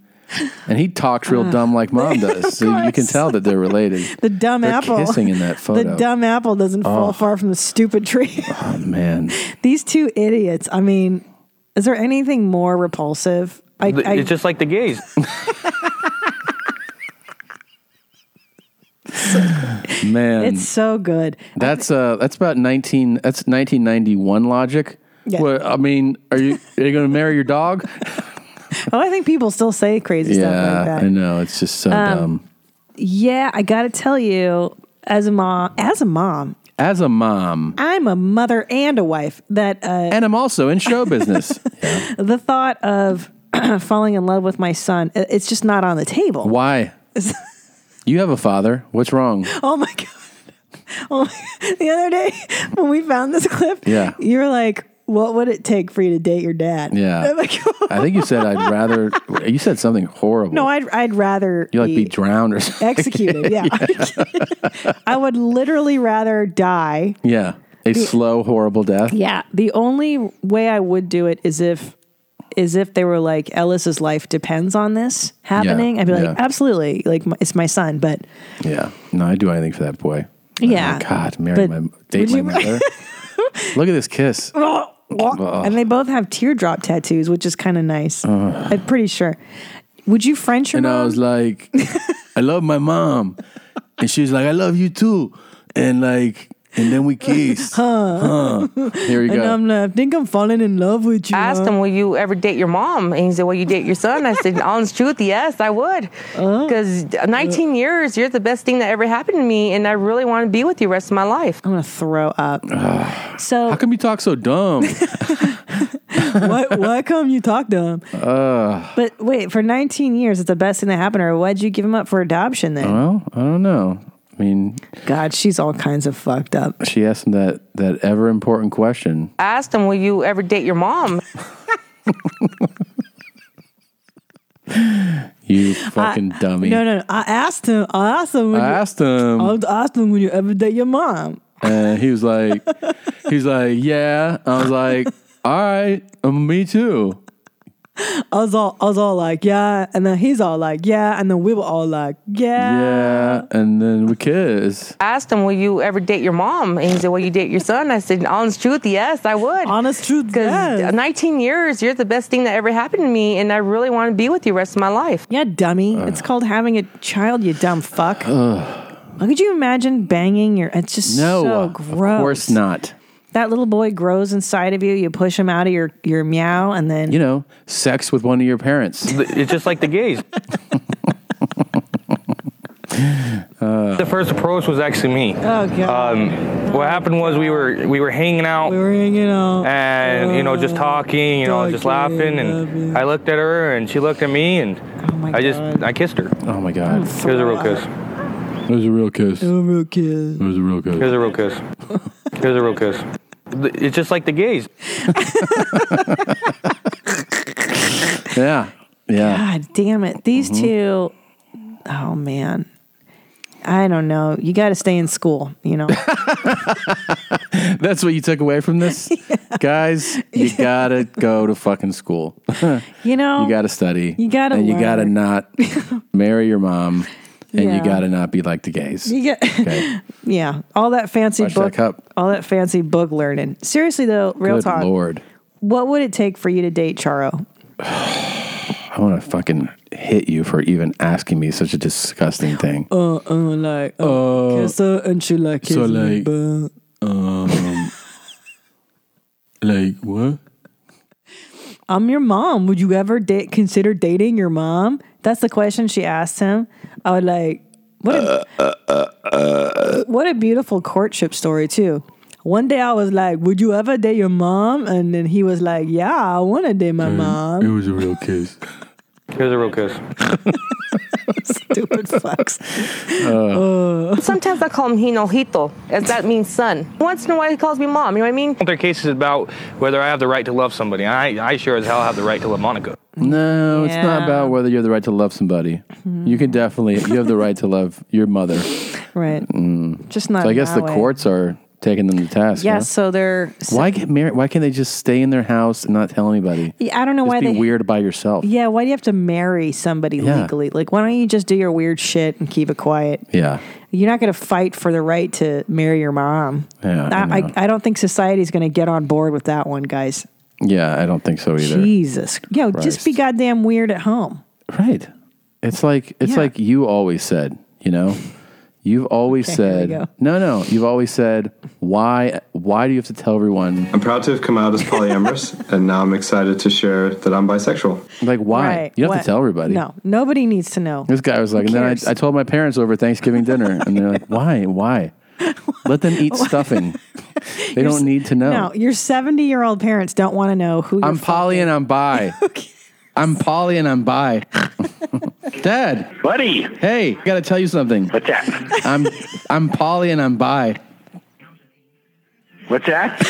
and he talks real dumb like <laughs> mom does, so you can course. tell that they're related. The dumb They're apple. kissing in that photo. <laughs> The dumb apple doesn't fall far from the stupid tree. <laughs> Oh, man, These two idiots. I mean, is there anything more repulsive? I, I It's just like the gays. <laughs> man, it's so good. That's uh, that's about nineteen. That's nineteen ninety one logic. Yeah. Well, I mean, are you are you going to marry your dog? Oh, I think people still say crazy stuff like that. Um, I know. It's just so dumb. Yeah, I gotta tell you, as a mom, as a mom, As a mom, I'm a mother and a wife. That uh, and I'm also in show <laughs> business. the thought of <clears throat> falling in love with my son, i- it's just not on the table. Why? You have a father. What's wrong? Oh my god! <laughs> Oh my, the other day when we found this clip, Yeah. you were like, "What would it take for you to date your dad?" <laughs> Yeah. I'm like, I think you said I'd rather. You said something horrible. no, I'd I'd rather you like be drowned or something. executed. <laughs> Yeah, <laughs> I would literally rather die. Yeah, a slow, horrible death. Yeah, the only way I would do it is if is if they were like Ellis's life depends on this happening. I'd be like, yeah. absolutely, like my, it's my son, but Yeah. No, I'd do anything for that boy. yeah, God, marry But my date would my you- <laughs> mother. Look at this kiss. and they both have teardrop tattoos, which is kind of nice. I'm pretty sure. Would you French your And I mom? was like, I love my mom. And she was like, I love you too. And like, and then <laughs> we kissed. Huh. Here we and go. I'm like, I think I'm falling in love with you. I asked huh?" him, Will you ever date your mom? And he said, Will you date your son? I said, Honest truth, yes, I would. Uh-huh. Because 19 years, you're the best thing that ever happened to me, and I really want to be with you the rest of my life. I'm gonna throw <sighs> up. so How come you talk so dumb? <laughs> why, why come you talk to him? Uh, but wait, for 19 years, it's the best thing that happened. Or why'd you give him up for adoption then? well, I don't know. I mean, God, she's all kinds of fucked up. she asked him that that ever important question. I asked him, "Will you ever date your mom?" You fucking dummy. No, no, no. I asked him. I asked him. When I you, asked him. I asked him when you ever date your mom. And he was like, he's like, yeah. I was like, all right, um, me too. I Oh. was all, I was all like, yeah, and then he's all like, yeah, <laughs> and then we were all like, yeah. Yeah. And then we kiss. I asked him, "Will you ever date your mom?" And he said, "Will you date your son?" I said, "Honest truth, yes, I would." Honest truth, Because yes. 19 years, you're the best thing that ever happened to me, and I really want to be with you the rest of my life. Yeah, dummy. it's called having a <laughs> child. You dumb fuck. Like, Could you imagine banging your? It's just No. so gross. Of course not. That little boy grows inside of you. You push him out of your your meow, and then You know, sex with one of your parents. It's just like the gays. the first approach was actually me. Uh. Um, oh god, What happened was we were we were hanging out we were hanging out. Oh, and you know just talking, you know, just Talking, laughing, laughing. and I looked at her and she looked at me and oh my I just God. I kissed her. Oh my God. It was a real kiss. It was a real kiss. It Oh, real kid. was a real It was kiss. a real kiss. It was a real kiss. Th- It's just like the gays. <laughs> Yeah. Yeah. Mm-hmm. God damn it. These two, oh man. I don't know. You got to stay in school, you <laughs> know. <laughs> That's what you took away <laughs> from this? Guys, you gotta go to fucking school. <laughs> You know. You gotta study. You gotta And you learn. gotta not <laughs> marry your mom. And Yeah. you gotta not be like the gays. You get- Okay. <laughs> yeah, all that fancy Watch that book, cup. all that fancy book learning. Seriously though, real Good talk. lord. What would it take for you to date Charo? I want to fucking hit you for even asking me such a disgusting thing. Uh, uh, like, Uh, Oh, kiss her and she like so, kiss me, like- Um, <laughs> like what? I'm your mom. Would you ever date consider dating your mom? That's the question she asked him. I would like what a, what a beautiful courtship story too. One day I was like, "Would you ever date your mom?" And then he was like, "Yeah, I want to date my Mm-hmm. <laughs> mom." was a real kiss. It was a real kiss. Stupid fucks. Uh, Uh. Sometimes I call him Hinojito, as that means son. Once in a while, he calls me mom. You know what I mean? Their case is about whether I have the right to love somebody. I, I sure as hell have the right to love Monica. No, it's not Yeah. about whether you have the right to love somebody. You can definitely you have the right to love your mother. So Right. Just not. I guess my the way. courts are taking them to task. Yeah. huh? So they're. Why get married? Why can't they just stay in their house and not tell anybody? Yeah, I don't know Just why be they. weird by yourself. Yeah. Why do you have to marry somebody Yeah. legally? Like, why don't you just do your weird shit and keep it quiet? Yeah. You're not going to fight for the right to marry your mom. Yeah, I I, know. I, I don't think society's going to get on board with that one, guys. Yeah, I don't think so either. Jesus, yo, just be Christ. goddamn weird at home. Right. It's like it's Yeah. like you always said, you know. You've always Okay, here we said go. no, no. You've always said why? Why do you have to tell everyone? I'm proud to have come out as polyamorous, <laughs> and now I'm excited to share that I'm bisexual. Like why? Right? You don't have What? to tell everybody. No, nobody needs to know. This guy was like, and then cares? I, I told my parents over Thanksgiving dinner, and they're like, why? <laughs> Why? Let them eat stuffing. They don't need to know. No, your seventy-year-old parents don't want to know who. I'm you're fucking- Polly and <laughs> I'm bi. I'm Polly and I'm bi. Dad, Buddy, hey, gotta tell you something. what's that? I'm I'm Polly and I'm bi. What's that?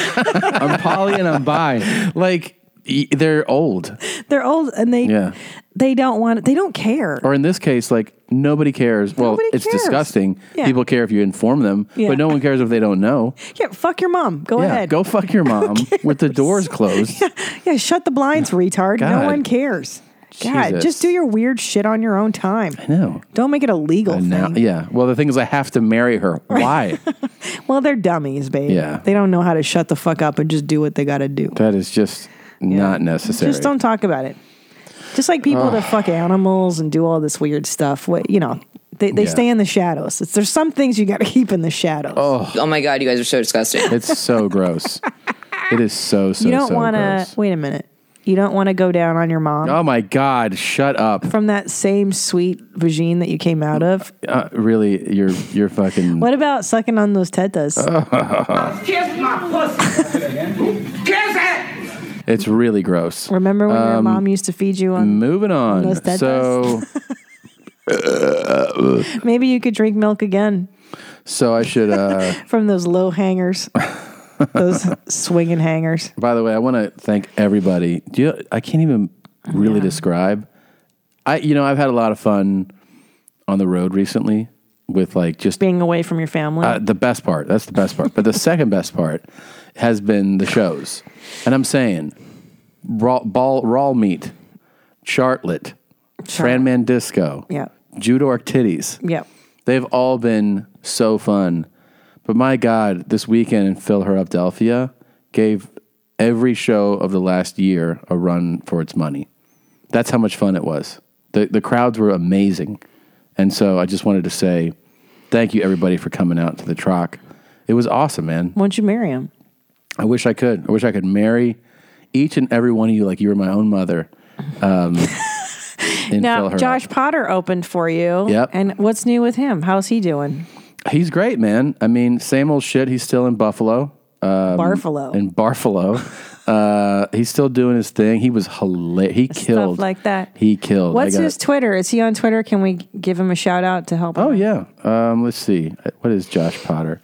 <laughs> I'm Polly and I'm bi. Like y- they're old, They're old and they Yeah. they don't want. They don't care. or in this case, like nobody cares. Well, Nobody it's cares. disgusting. Yeah. People care if you inform them, Yeah. but no one cares if they don't know. Yeah, fuck your mom. Go yeah, ahead. go fuck <laughs> your mom with the doors closed. Yeah, shut the blinds, retard. God. No one cares. God, Jesus. just do your weird shit on your own time. I know. Don't make it a legal And now, thing. yeah. Well, the thing is, I have to marry her. Why? <laughs> Well, they're dummies, babe. Yeah. They don't know how to shut the fuck up and just do what they got to do. that is just not necessary. Just don't talk about it. Just like people that fuck animals and do all this weird stuff. What you know, they, they Yeah. stay in the shadows. It's, there's some things you got to keep in the shadows. Oh, Oh my god, you guys are so disgusting. It's so gross. It is so so. you don't so want to. gross. Wait a minute. You don't want to go down on your mom Oh my God! Shut up. Um, from that same sweet vagine that you came out of. Uh, really, you're you're fucking. <laughs> What about sucking on those tetas? Uh, Kiss my pussy. Kiss it. It's really gross. Um, Remember when your mom used to feed you on? Moving on. Unless that So Maybe you could drink milk again. <laughs> So I should. Uh, From those low <laughs> hangers, those <laughs> swinging hangers. by the way, I want to thank everybody. Do you, I can't even really describe. I you know I've had a lot of fun on the road recently with like just being away from your family. Uh, the best part. That's the best part. but the second best part has been the shows, and I'm saying raw ball raw meat, Chartlet, Fran Mandisco, Yeah. Judork Titties. Yep. They've all been so fun. But my God, this weekend in Fill Her Up Delphia gave every show of the last year a run for its money. That's how much fun it was. The, the crowds were amazing. And so I just wanted to say thank you, everybody, for coming out to the Troc. It was awesome, man. Why don't you marry him? I wish I could. I wish I could marry each and every one of you like you were my own mother. <laughs> Um, in Fill Now, Her Up. Josh Potter opened for you. Yep. And what's new with him? How's he doing? He's great, man. I mean, same old shit. He's still in Buffalo. Um, Barfalo. In <laughs> Barfalo. uh, he's still doing his thing. He was hilarious. He killed. Stuff like that. he killed. I What's got- his Twitter? Is he on Twitter? Can we give him a shout out to help? Oh, yeah. Um, let's see. What is Josh Potter?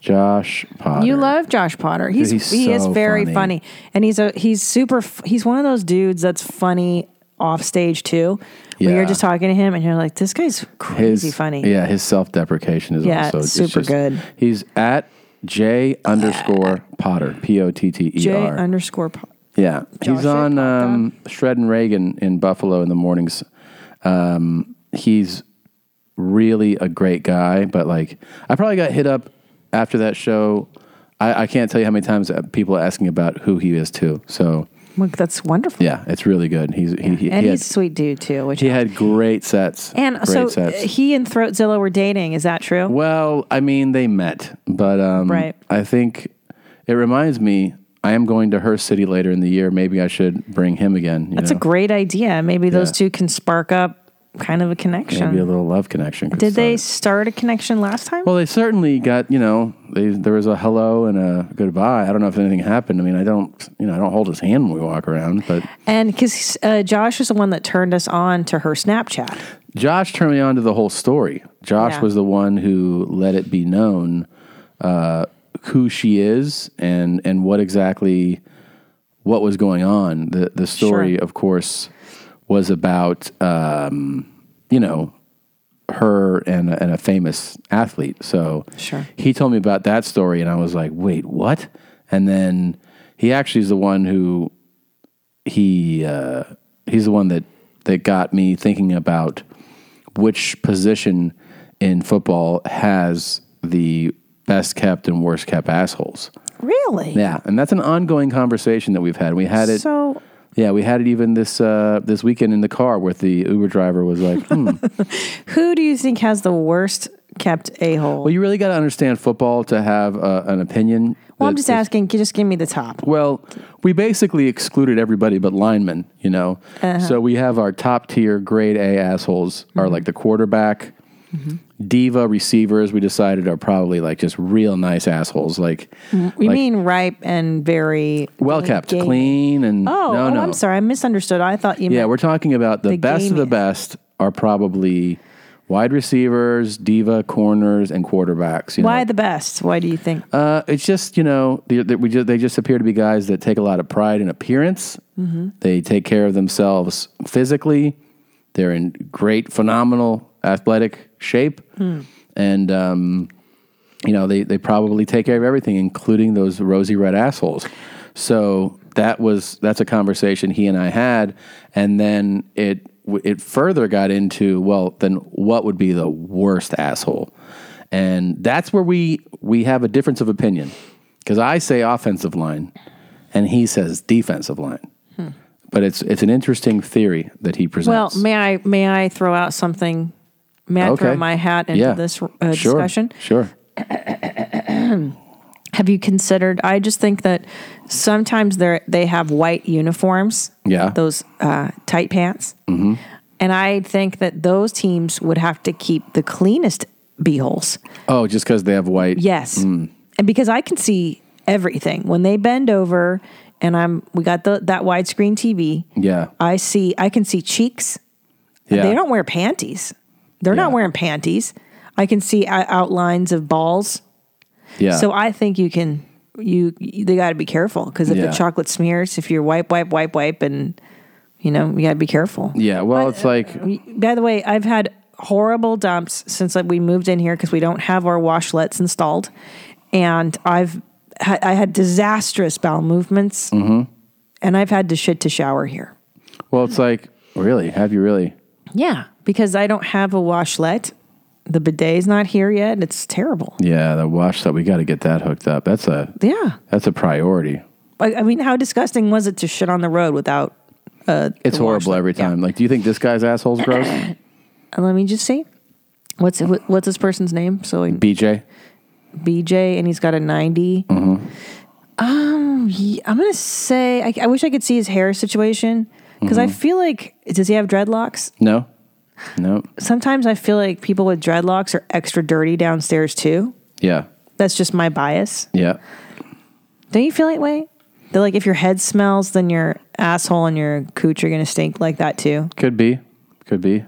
Josh Potter. You love Josh Potter. Dude, He's, he's he is so very funny. funny. and he's a he's super. f- He's one of those dudes that's funny off stage too. Where Yeah. you're just talking to him and you're like, this guy's crazy funny. Yeah, his self deprecation is Yeah, also it's it's super just- good. He's at J underscore Potter. P O T T E J R. underscore. Po- Yeah, Josh he's on um, Shred and Reagan in Buffalo in the mornings. Um, he's really a great guy, but like I probably got hit up after that show. I, I can't tell you how many times uh, people are asking about who he is too. So Look, that's wonderful. yeah, it's really good. He's he, he, and he's he, a had, sweet dude too. Which he had great sets. and great so uh, sets. he and Throatzilla were dating. Is that true? Well, I mean, they met, but um, Right. I think it reminds me. I am going to her city later in the year. Maybe I should bring him again. you that's know? a great idea. Maybe those Yeah. two can spark up kind of a connection. Maybe a little love connection. could Did they start start. a connection last time? Well, they certainly got you know they, there was a hello and a goodbye. I don't know if anything happened. I mean, I don't you know I don't hold his hand when we walk around, but And because uh, Josh was the one that turned us on to her Snapchat. Josh turned me on to the whole story. Josh Yeah. was the one who let it be known uh, who she is and and what exactly what was going on. The the story, Sure. of course, was about um, you know her and a- and a famous athlete. So Sure. he told me about that story, and I was like, wait, what? And then he actually is the one who he uh, he's the one that that got me thinking about which position in football has the best kept and worst kept assholes. Really? Yeah, and that's an ongoing conversation that we've had. We had it. So yeah, we had it even this uh, this weekend in the car where the Uber driver <laughs> was like, hmm, who do you think has the worst kept a hole? "Well, you really got to understand football to have uh, an opinion." Well, I'm that just is- asking. you Just give me the top. Well, we basically excluded everybody but linemen, you know. Uh-huh. So we have our top tier grade A assholes are Mm-hmm. like the quarterback, diva receivers. We decided are probably like just real nice assholes, like We like mean ripe and very well kept, Mm, gay. clean, and Oh, no, oh, no. I'm sorry, I misunderstood. I thought you. Yeah, meant, we're talking about the, The best of the gamiest. best are probably wide receivers, diva, corners, and quarterbacks. You know? why the best? Why do you think? Uh, it's just you know they, they, we just, they just appear to be guys that take a lot of pride in appearance. Mm-hmm. They take care of themselves physically. They're in great, phenomenal athletic shape, Mm-hmm. and um, you know they they probably take care of everything, including those rosy red assholes. So that was that's a conversation he and I had, and then it it further got into well then what would be the worst asshole, and that's where we we have a difference of opinion because I say offensive line, and he says defensive line. But it's it's an interesting theory that he Well, Hmm. presents. may I may I throw out something? May I throw my hat into Yeah. this uh, Sure. discussion? Sure. <clears throat> Have you considered? I just think that sometimes they they have white uniforms. Yeah. those uh, tight pants. Mm-hmm. And I think that those teams would have to keep the cleanest beeholes. Oh, just because they have white. Hmm. Yes, and because I can see everything when they bend over, and I'm we got the that widescreen TV. Yeah. I see. I can see cheeks. Yeah. They don't wear panties. They're not Yeah. wearing panties. I can see o- outlines of balls. Yeah. So I think you can you you- they got to be careful because if Yeah. the chocolate smears, if you're wipe wipe wipe wipe and you know you got to be careful. yeah. Well, it's like By the way, I've had horrible dumps since like, we moved in here because we don't have our washlets installed, and I've ha- I had disastrous bowel movements, mhm. and I've had to shit to shower here. Well, it's like really. Have you really? Yeah, because I don't have a washlet. The bidet's not here yet. and It's terrible. Yeah, the wash that we got to get that hooked up. That's a Yeah. that's a priority. I, I mean, how disgusting was it to shit on the road without? Uh, It's horrible every time. Like, do you think this guy's asshole's <coughs> gross? let me just see. What's what- what's this person's name? So I- BJ. BJ, and he's got a 90 Mm-hmm. Um, ye- I'm gonna say I, I wish I could see his hair situation because I Mhm. feel like does he have dreadlocks? No. No. Sometimes I feel like people with dreadlocks are extra dirty downstairs too. Yeah. That's just my bias. Yeah. Don't you feel that way? That like if your head smells, then your asshole and your cooch are gonna stink like that too. Could be. Could be.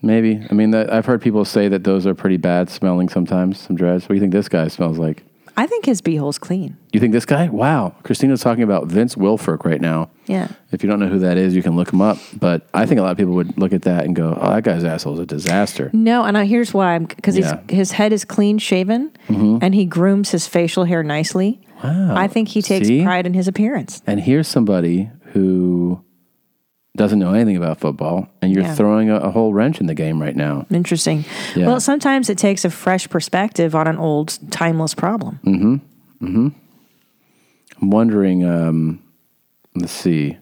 Maybe. I mean, that, I've heard people say that those are pretty bad smelling sometimes. Some dreads. What do you think this guy smells like? I think his beehole's clean. You think this guy? Wow. Christina's talking about Vince Wilfork right now. Yeah. If you don't know who that is, you can look him up. But I think a lot of people would look at that and go, "Oh, that guy's asshole is a disaster." No, and I, here's why. I'm Because Yeah. his head is clean shaven Mhm. and he grooms his facial hair nicely. Wow. I think he takes See? pride in his appearance. And here's somebody who doesn't know anything about football, and you're Yeah. throwing a, a whole wrench in the game right now. Interesting. Yeah. Well, sometimes it takes a fresh perspective on an old, timeless problem. Mm-hmm. Mm-hmm. I'm wondering. Um, let's see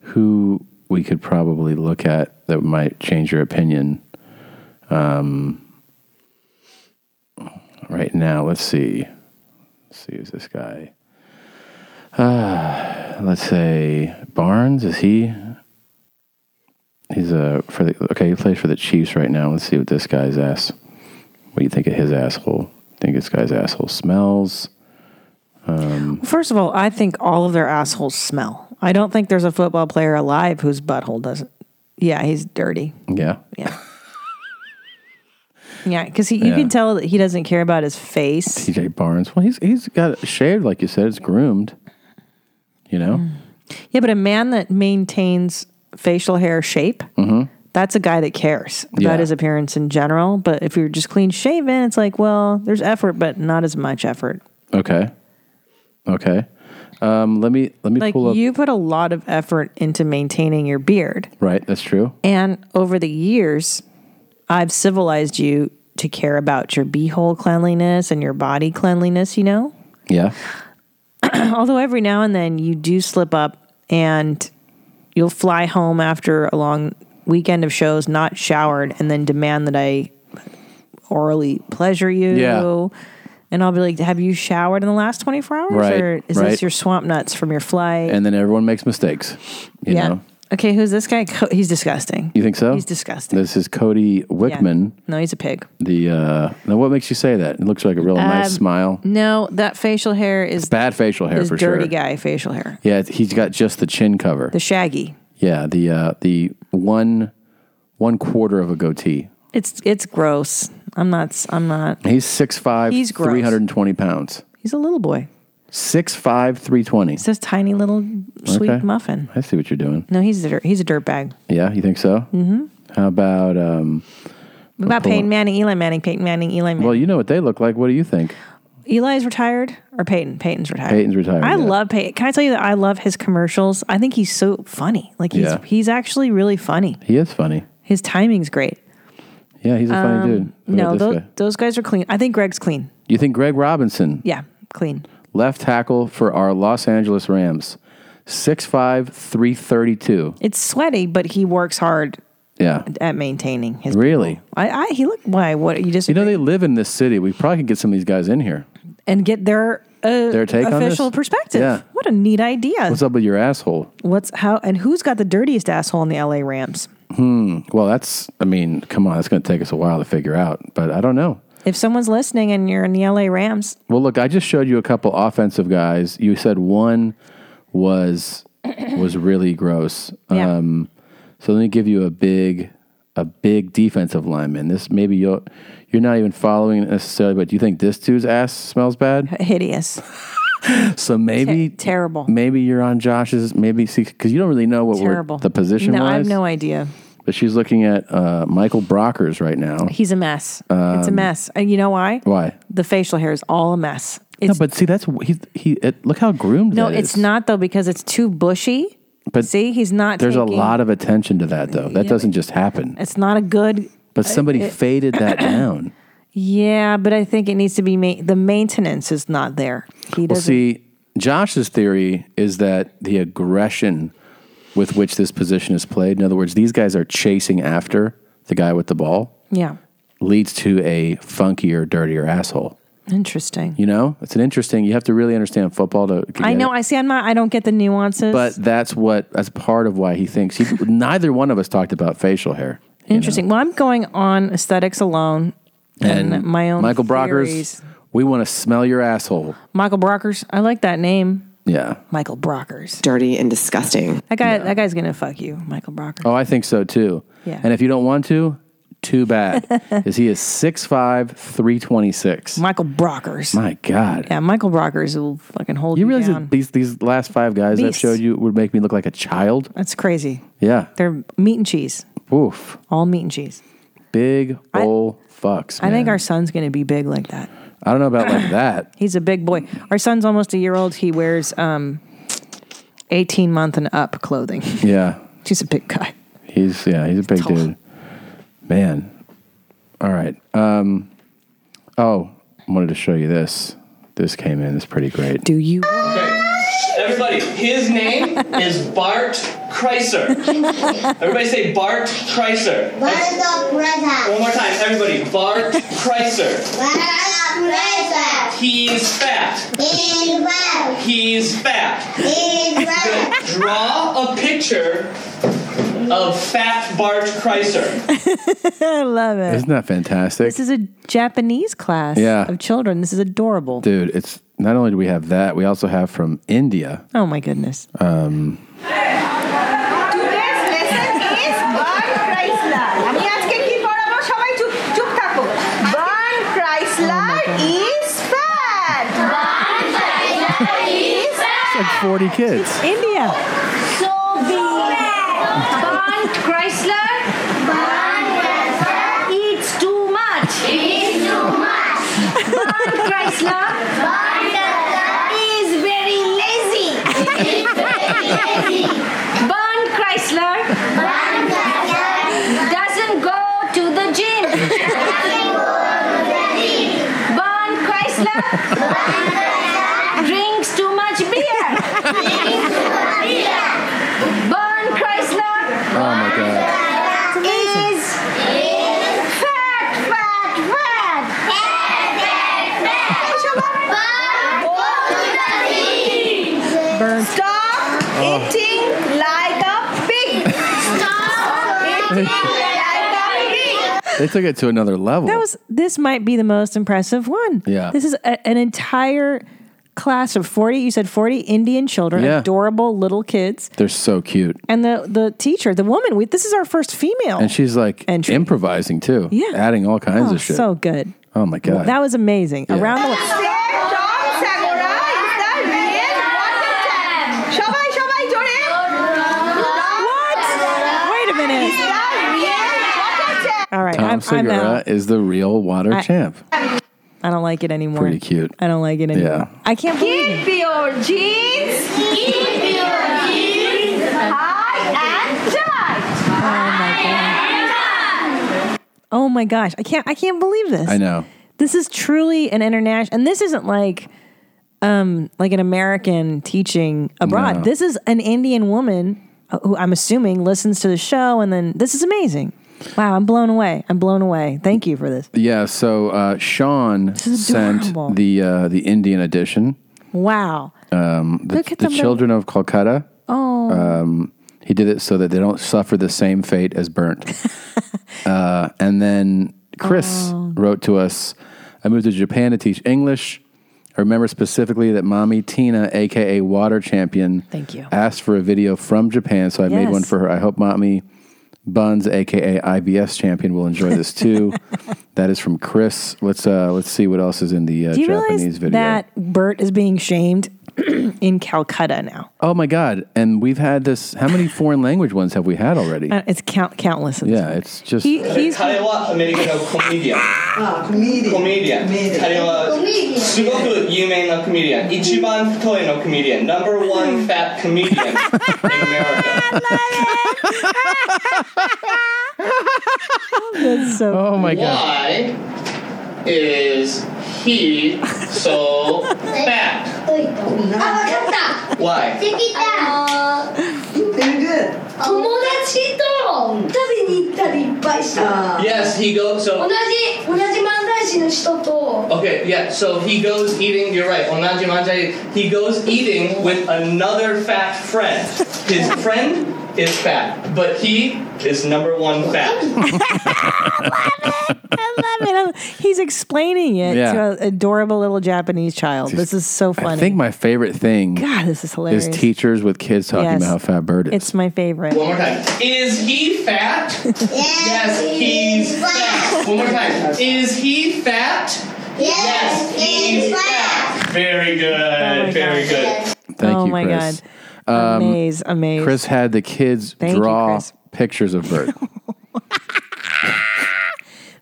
who we could probably look at that might change your opinion. Um, right now, let's see. Let's see who's this guy. Uh, let's say Barnes. Is he? He's uh, for the okay. He plays for the Chiefs right now. Let's see what this guy's ass. What do you think of his asshole? Think this guy's asshole smells? Um, First of all, I think all of their assholes smell. I don't think there's a football player alive whose butthole doesn't. Yeah, he's dirty. yeah. <laughs> Yeah. Yeah, because you can Yeah. tell that he doesn't care about his face. TJ Barnes. Well, he's he's got it shaved, like you said. It's groomed. You know. Yeah, but a man that maintains facial hair shape, hmm that's a guy that cares about Yeah. his appearance in general. But if you're just clean shaven, it's like, well, there's effort, but not as much effort. Okay. Okay. Um, let me let me Like pull up. you put a lot of effort into maintaining your beard. right. That's true. And over the years, I've civilized you to care about your beehole cleanliness and your body cleanliness, you know? Yeah. <clears throat> Although every now and then you do slip up and you'll fly home after a long weekend of shows, not showered, and then demand that I orally pleasure you. Yeah. And I'll be like, Have you showered in the last 24 hours? Right, Or is right. this your swamp nuts from your flight? And then everyone makes mistakes. You yeah. know. Okay, who's this guy? Co- He's disgusting. You think so? He's disgusting. This is Cody Wickman. No, he's a pig. The uh, now, what makes you say that? It looks like a real nice Um, smile. No, that facial hair is It's bad facial hair is for dirty sure. guy facial hair. Yeah, he's got just the chin cover. The shaggy. yeah, the uh, the one one quarter of a goatee. It's it's gross. I'm not. s- I'm not. He's 6'5", He's gross. 320 pounds. He's a little boy. 6'5", 320. It's this tiny little sweet Okay. muffin. I see what you're doing. No, he's a dirt, he's a dirt bag. Yeah, you think so? Mm-hmm. How about um? What about pull Peyton up- Manning, Eli Manning, Peyton Manning, Eli Manning? Well, you know what they look like. What do you think? Eli's retired or Peyton? Peyton's retired. Peyton's retired, I yeah. love Peyton. Can I tell you that I love his commercials? I think he's so funny. Like he's Yeah. he's actually really funny. He is funny. His timing's great. Yeah, he's a funny Um, dude. What No, about those, this guy? those guys are clean. I think Greg's clean. You think Greg Robinson, Yeah, clean. left tackle for our Los Angeles Rams, 6'5", 332. It's sweaty, but he works hard Yeah, at maintaining his. really. I, I he looked why what you just You know they live in this city. We probably could get some of these guys in here. and get their uh, Their take on this? official perspective. Yeah. What a neat idea. What's up with your asshole? What's how and who's got the dirtiest asshole in the LA Rams? Hmm. Well, that's. I mean, come on. That's going to take us a while to figure out. But I don't know. If someone's listening and you're in the LA Rams, Well, look, I just showed you a couple offensive guys. You said one was was really gross. Yeah. Um, so let me give you a big a big defensive lineman. This maybe you're you're not even following it necessarily, but do you think this dude's ass smells bad? Hideous. <laughs> so maybe terrible. Maybe you're on Josh's. Maybe see because you don't really know what Terrible. we're, the position No, I have was. no idea. But she's looking at uh, Michael Brockers right now. He's a mess. it's a Um, mess. And you know why? Why? The facial hair is all a mess. no, but see that's he. He it, look how groomed. No, that it's is. not though because it's too bushy. But see, he's not. There's taking- a lot of attention to that though. That Yeah. doesn't just happen. It's not a good. uh, But somebody it- faded <clears throat> that down. Yeah, but I think it needs to be ma- the maintenance is not there. He Well, doesn't. see, Josh's theory is that the aggression with which this position is played, in other words, these guys are chasing after the guy with the ball, yeah, leads to a funkier, dirtier asshole. interesting. You know, it's an interesting. You have to really understand football to. get I know. it. I see. I'm not. I don't get the nuances. but that's what that's part of why he thinks he. <laughs> neither one of us talked about facial hair. interesting. Well, I'm going on aesthetics alone and, my own Michael Brockers. theories. We want to smell your asshole. Michael Brockers. I like that name. Yeah. Michael Brockers. Dirty and disgusting. That guy. That guy's gonna fuck you, Michael Brockers. Oh, I think so too. Yeah. And if you don't want to, too <laughs> bad. Because he is 6'5, 326. Michael Brockers. My God. Yeah, Michael Brockers will fucking hold you, You realize down. that these, these last five guys that Beast. showed you would make me look like a child? That's crazy. Yeah. They're meat and cheese. Oof. All meat and cheese. Big ol' fucks. I think man. our son's going to be big like that. I don't know <laughs> about like that. He's a big boy. Our son's almost a year old. He wears um, 18 month and up clothing. <laughs> Yeah. He's a big guy. <laughs> He's yeah, he's a big dude. Man. All right. Um oh, I wanted to show you this. This came in. It's pretty great. Do you Everybody, his name is Bart Kreiser. Everybody say Bart Kreiser. One more time, everybody. Bart Kreiser. He's fat. He's fat. Draw a picture of fat Bart Kreiser. I love it. Isn't that fantastic? This is a Japanese class Yeah. of children. This is adorable. Dude, it's not only do we have that, we also have from India. Oh my goodness. Um, Today's lesson is Burn Chrysler. আমি আজকে কি পড়াবো সবাই চুপ চুপ থাকো Burn Chrysler is fat. Burn Chrysler is fat. it's like 40 kids. India. So big. Burn Chrysler. Burn Chrysler eats too much. Eats too much. Burn Chrysler. Burn Chrysler is very lazy. Is very lazy. Burn Chrysler. Burn Chrysler doesn't go to the gym. Doesn't go to the gym. Burn oh Chrysler. Burn Chrysler drinks too much beer. Drinks too much beer. Burn Chrysler. Oh my god. Is fat, fat, fat. Stop Oh. eating like a pig. Stop eating like a pig. They took it to another level. That was this might be the most impressive one. Yeah. This is a, an entire class of 40, you said 40 Indian children, Yeah. adorable little kids. They're so cute. And the the teacher, the woman, we, this is our first female. And she's like improvising too. Yeah. Adding all kinds Oh, of shit. So good. oh my god. That was amazing. Yeah. Around the world. সবাই সবাই জোরে What? Wait a minute. All right. Tom I'm, I'm Segura out. is the real water I- champ. I don't like it anymore. Pretty cute. I don't like it anymore. <laughs> Yeah. I can't believe Keep your jeans. Keep your jeans high and tight. Oh my gosh. I can't I can't believe this. I know. This is truly an international and this isn't like um like an American teaching abroad. No. This is an Indian woman uh, who I'm assuming listens to the show and then this is amazing. Wow, I'm blown away. I'm blown away. Thank you for this. Yeah, so uh, Sean is sent adorable. the uh, the Indian edition. Wow. Um, the Look at the them. children of Kolkata. Oh. Um, he did it so that they don't suffer the same fate as <laughs> burnt. uh, and then Chris Oh. wrote to us I moved to Japan to teach English. I remember specifically that mommy Tina, aka Water Champion, Thank you. asked for a video from Japan, so I made Yes. one for her. I hope mommy Buns, aka IBS champion, will enjoy this <laughs> too. that is from Chris. Let's uh, let's see what else is in the uh, Do you Japanese realize video. that Bert is being shamed <clears throat> in Calcutta now? oh my god! And we've had this. How many foreign language ones have we had already? Uh, It's count, <laughs> countless. of yeah, it's just He- he's- 彼はアメリカのコメディアン。コメディアン。コメディアン。彼はすごく有名なコメディアン。一番太いのコメディアン。Number one fat comedian in America. That's so oh my Why is he <laughs> so fat? わかった Why? できた友達と食べに行ったりいっぱいした Yes, he goes. 同 So じ同じ漫才師の人と Okay, yeah, so he goes eating, you're right, Onaji Manjai, he goes eating with another fat friend. His friend is fat, but he is number one fat. I love it. I love- He's explaining it Yeah. to an adorable little Japanese child. This is so funny. I think my favorite thing God, this is hilarious. is teachers with kids talking Yes. about how fat Bird is. It's my favorite. One more time. Is he fat? yes, he's fat. One more time. Is he fat? Yes, he's fat. Very good, very good. Thank oh you, my Chris. Um, god. Amaze, amaze. Chris had the kids Thank you, draw Chris. pictures of <laughs> Bert.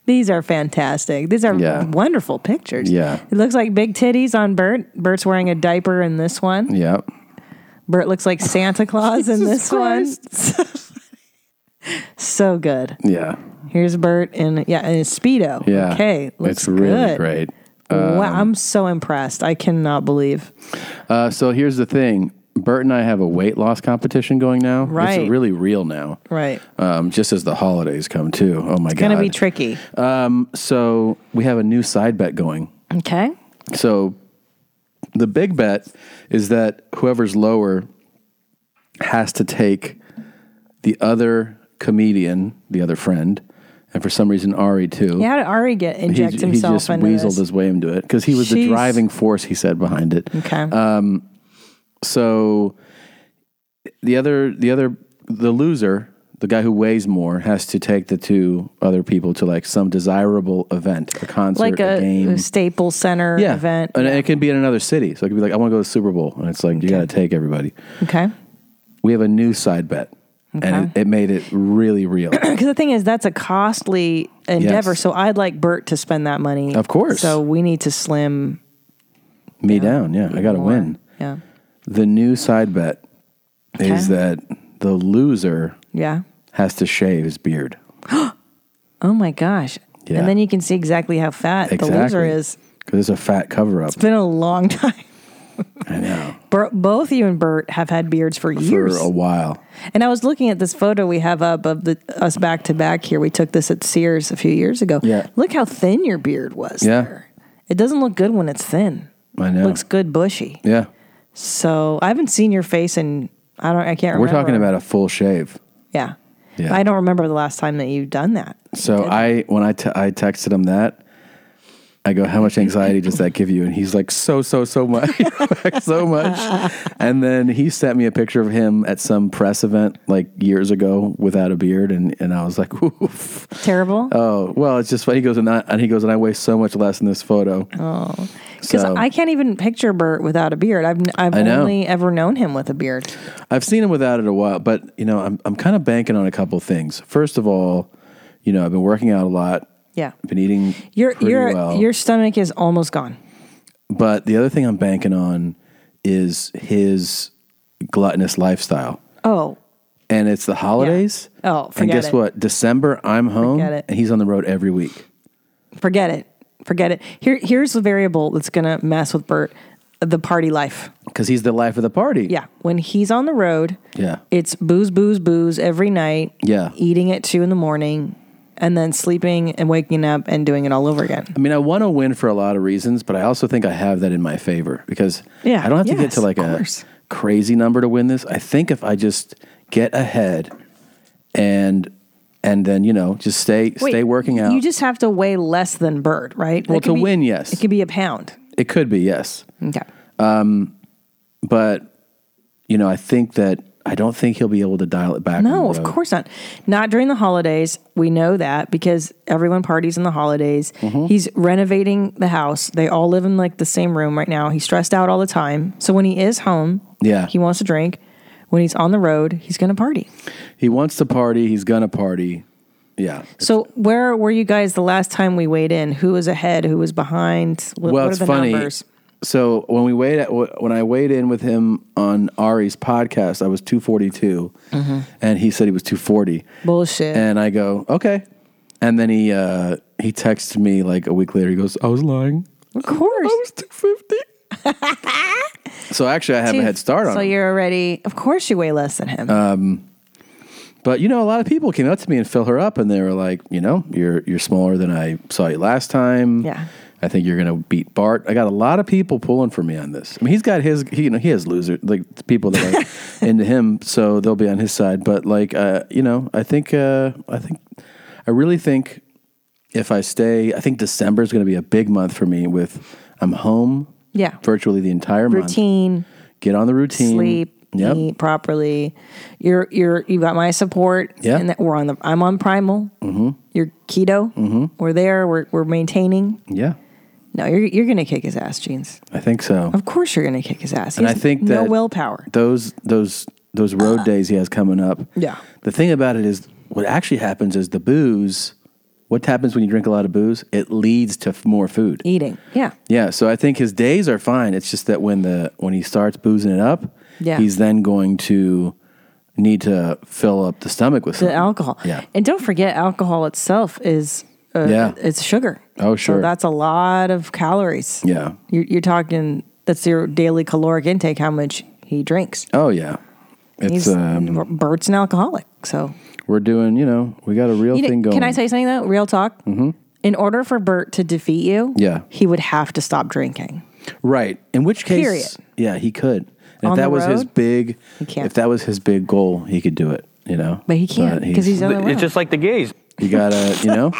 These are fantastic. These are Yeah. wonderful pictures. Yeah. It looks like big titties on Bert. Bert's wearing a diaper in this one. yeah. Bert looks like Santa Claus in this one. <laughs> so good. Yeah. Here's Bert in yeah, in a speedo. Yeah. Okay. Looks it's really good. great. Um, wow, I'm so impressed. I cannot believe. Uh, so here's the thing. Bert and I have a weight loss competition going now. Right. It's really real now. Right. Um, just as the holidays come too. Oh my It's god. going to be tricky. Um, so we have a new side bet going. Okay. So the big bet is that whoever's lower has to take the other comedian, the other friend, and for some reason Ari too. Yeah, how did Ari get He, inject he himself just into weaseled this? his way into it because he was the Jeez. driving force. He said behind it. Okay. Um, so the other, the other, the loser, the guy who weighs more, has to take the two other people to like some desirable event, a concert, like a, a, game, a Staples Center yeah. event. And it can be in another city. So it could be like, I want to go to the Super Bowl. And it's like, you got to take everybody. Okay. We have a new side bet. And it, it made it really <clears throat> real. Because the thing is, that's a costly endeavor. Yes. So I'd like Bert to spend that money. Of course. So we need to slim. Me down. Yeah. I got to win. Yeah. The new side bet is Okay. that the loser Yeah. <gasps> has to shave his beard. Oh my gosh. Yeah. And then you can see exactly how fat Uh, the loser is. Because it's a fat cover up. It's been a long <laughs> time. I know. both you and Bert have had beards for years. For a while, And I was looking at this photo we have up of the us back to back here. We took this at Sears a few years ago. Yeah. Look how thin your beard was. Yeah. there. It doesn't look good when it's thin. I know. Looks good bushy. yeah, So I haven't seen your face in I don't I can't remember. we're talking about a full shave. Yeah. Yeah. I don't remember the last time that you've done that. So I when I te- I texted him that, I go, "How much anxiety does that give you?" And he's like, "So so so much, <laughs> Like, <laughs> so much." And then he sent me a picture of him at some press event like years ago without a beard, and and I was like, <laughs> "Oof." Terrible. Oh well, it's just funny. He goes and I, and he goes and I weigh so much less in this photo. Oh, because So- I can't even picture Bert without a beard. I've I've I know. only ever known him with a beard. I've seen him without it a while, but you know, I'm I'm kind of banking on a couple things. First of all, you know, I've been working out a lot. Yeah, I've been eating your pretty your well. your stomach is almost gone. But the other thing I'm banking on is his gluttonous lifestyle. Oh, And it's the holidays. oh, and forget guess it. what? December, I'm home Forget it. and he's on the road every week. Forget it. Forget it. Here here's the variable that's gonna mess with Bert: the party life. Because he's the life of the party. Yeah, when he's on the road, Yeah. it's booze, booze, booze every night. Yeah. eating at two in the morning, and then sleeping and waking up and doing it all over again. I mean, I want to win for a lot of reasons, but I also think I have that in my favor because Yeah, I don't have to get yes, to like of a course. crazy number to win this. I think if I just get ahead and and then, you know, just stay stay Wait, working out. You just have to weigh less than Bert, right? Well, That could to be- win, yes. It could be a pound. it could be, yes. Okay. Um, but you know, I think that I don't think he'll be able to dial it back. on the No, of road. course not. Not during the holidays. We know that because everyone parties in the holidays. Mm-hmm. He's renovating the house. They all live in like the same room right now. He's stressed out all the time. So when he is home, Yeah. he wants to drink. When he's on the road, he's going to party. He wants to party. He's gonna party. Yeah. So where were you guys the last time we weighed in? Who was ahead? Who was behind? Wh- What, well, are it's the funny. numbers? So when we weighed at, when I weighed in with him on Ari's podcast, I was two forty two, Mhm. and he said he was two forty. Bullshit. And I go okay, and then he uh, he texts me like a week later. He goes, "I was lying." Of course. I was 250. So actually, I have a head start on. So him. you're already, of course, you weigh less than him. Um, but you know, a lot of people came up to me and fill her up, and they were like, you know, you're you're smaller than I saw you last time. Yeah. I think you're going to beat Bart. I got a lot of people pulling for me on this. I mean, he's got his, he, you know, he has loser like people that <laughs> are into him, so they'll be on his side. But like, uh, you know, I think, uh, I think, I really think if I stay, I think December is going to be a big month for me. With I'm home yeah. virtually the entire month. Routine. Get on the routine. sleep, Yep. eat properly. You're you're you got my support. Yeah. and that we're on the. I'm on primal. Mm-hmm. You're keto. Mm-hmm. We're there. We're we're maintaining. Yeah, No, you're you're gonna kick his ass, jeans. I think so. Of course, you're gonna kick his ass. He and I has think no that willpower. Ah. Those those those road days he has coming up. Yeah. The thing about it is, what actually happens is the booze. What happens when you drink a lot of booze? It leads to f- more food. Eating. Yeah. Yeah. So I think his days are fine. It's just that when the when he starts boozing it up, Yeah. he's then going to need to fill up the stomach with The something. alcohol. Yeah. And don't forget, alcohol itself is uh, Yeah. it's sugar. Oh, sure. So that's a lot of calories. Yeah. You're, you're talking that's your daily caloric intake. How much he drinks. Oh yeah. It's He's- um, Bert's an alcoholic, so we're doing. You know, we got a real You know- thing going. Can I tell you something though? Real talk. hmm In order for Bert to defeat you, Yeah. he would have to stop drinking. Right. In which case, Period. yeah, he could. And On if that the was his road? big, can't. if that was his big goal, he could do it. You know, But he can't, 'cause he's on the It's road. just like the gays. You gotta, <laughs> you know,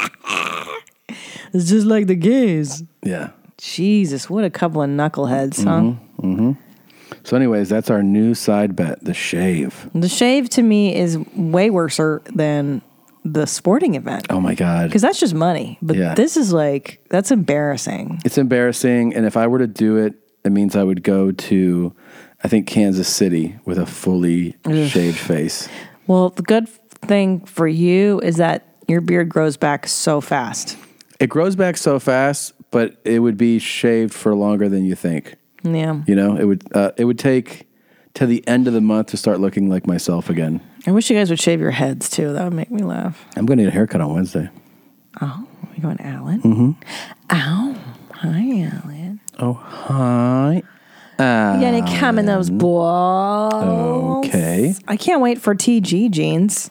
It's just like the gays. yeah. Jesus, what a couple of knuckleheads, Mm-hmm. hmm So, anyways, that's our new side bet: the shave. huh? The shave to me is way worser than the sporting event. Oh my god, Because that's just money. But Yeah. this is like, that's embarrassing. it's embarrassing. And if I were to do it, it means I would go to, I think Kansas City with a fully Ugh. shaved face. Well, the good thing for you is that your beard grows back so fast. It grows back so fast, but it would be shaved for longer than you think. Yeah. You know, it would uh, it would take to the end of the month to start looking like myself again. I wish you guys would shave your heads too. That would make me laugh. I'm going to get a haircut on Wednesday. Oh, you're going Alan? Mm-hmm. Ow. Hi, Alan. Oh hi. Uh, You gotta come in those balls. Okay. Um, I can't wait for TG jeans.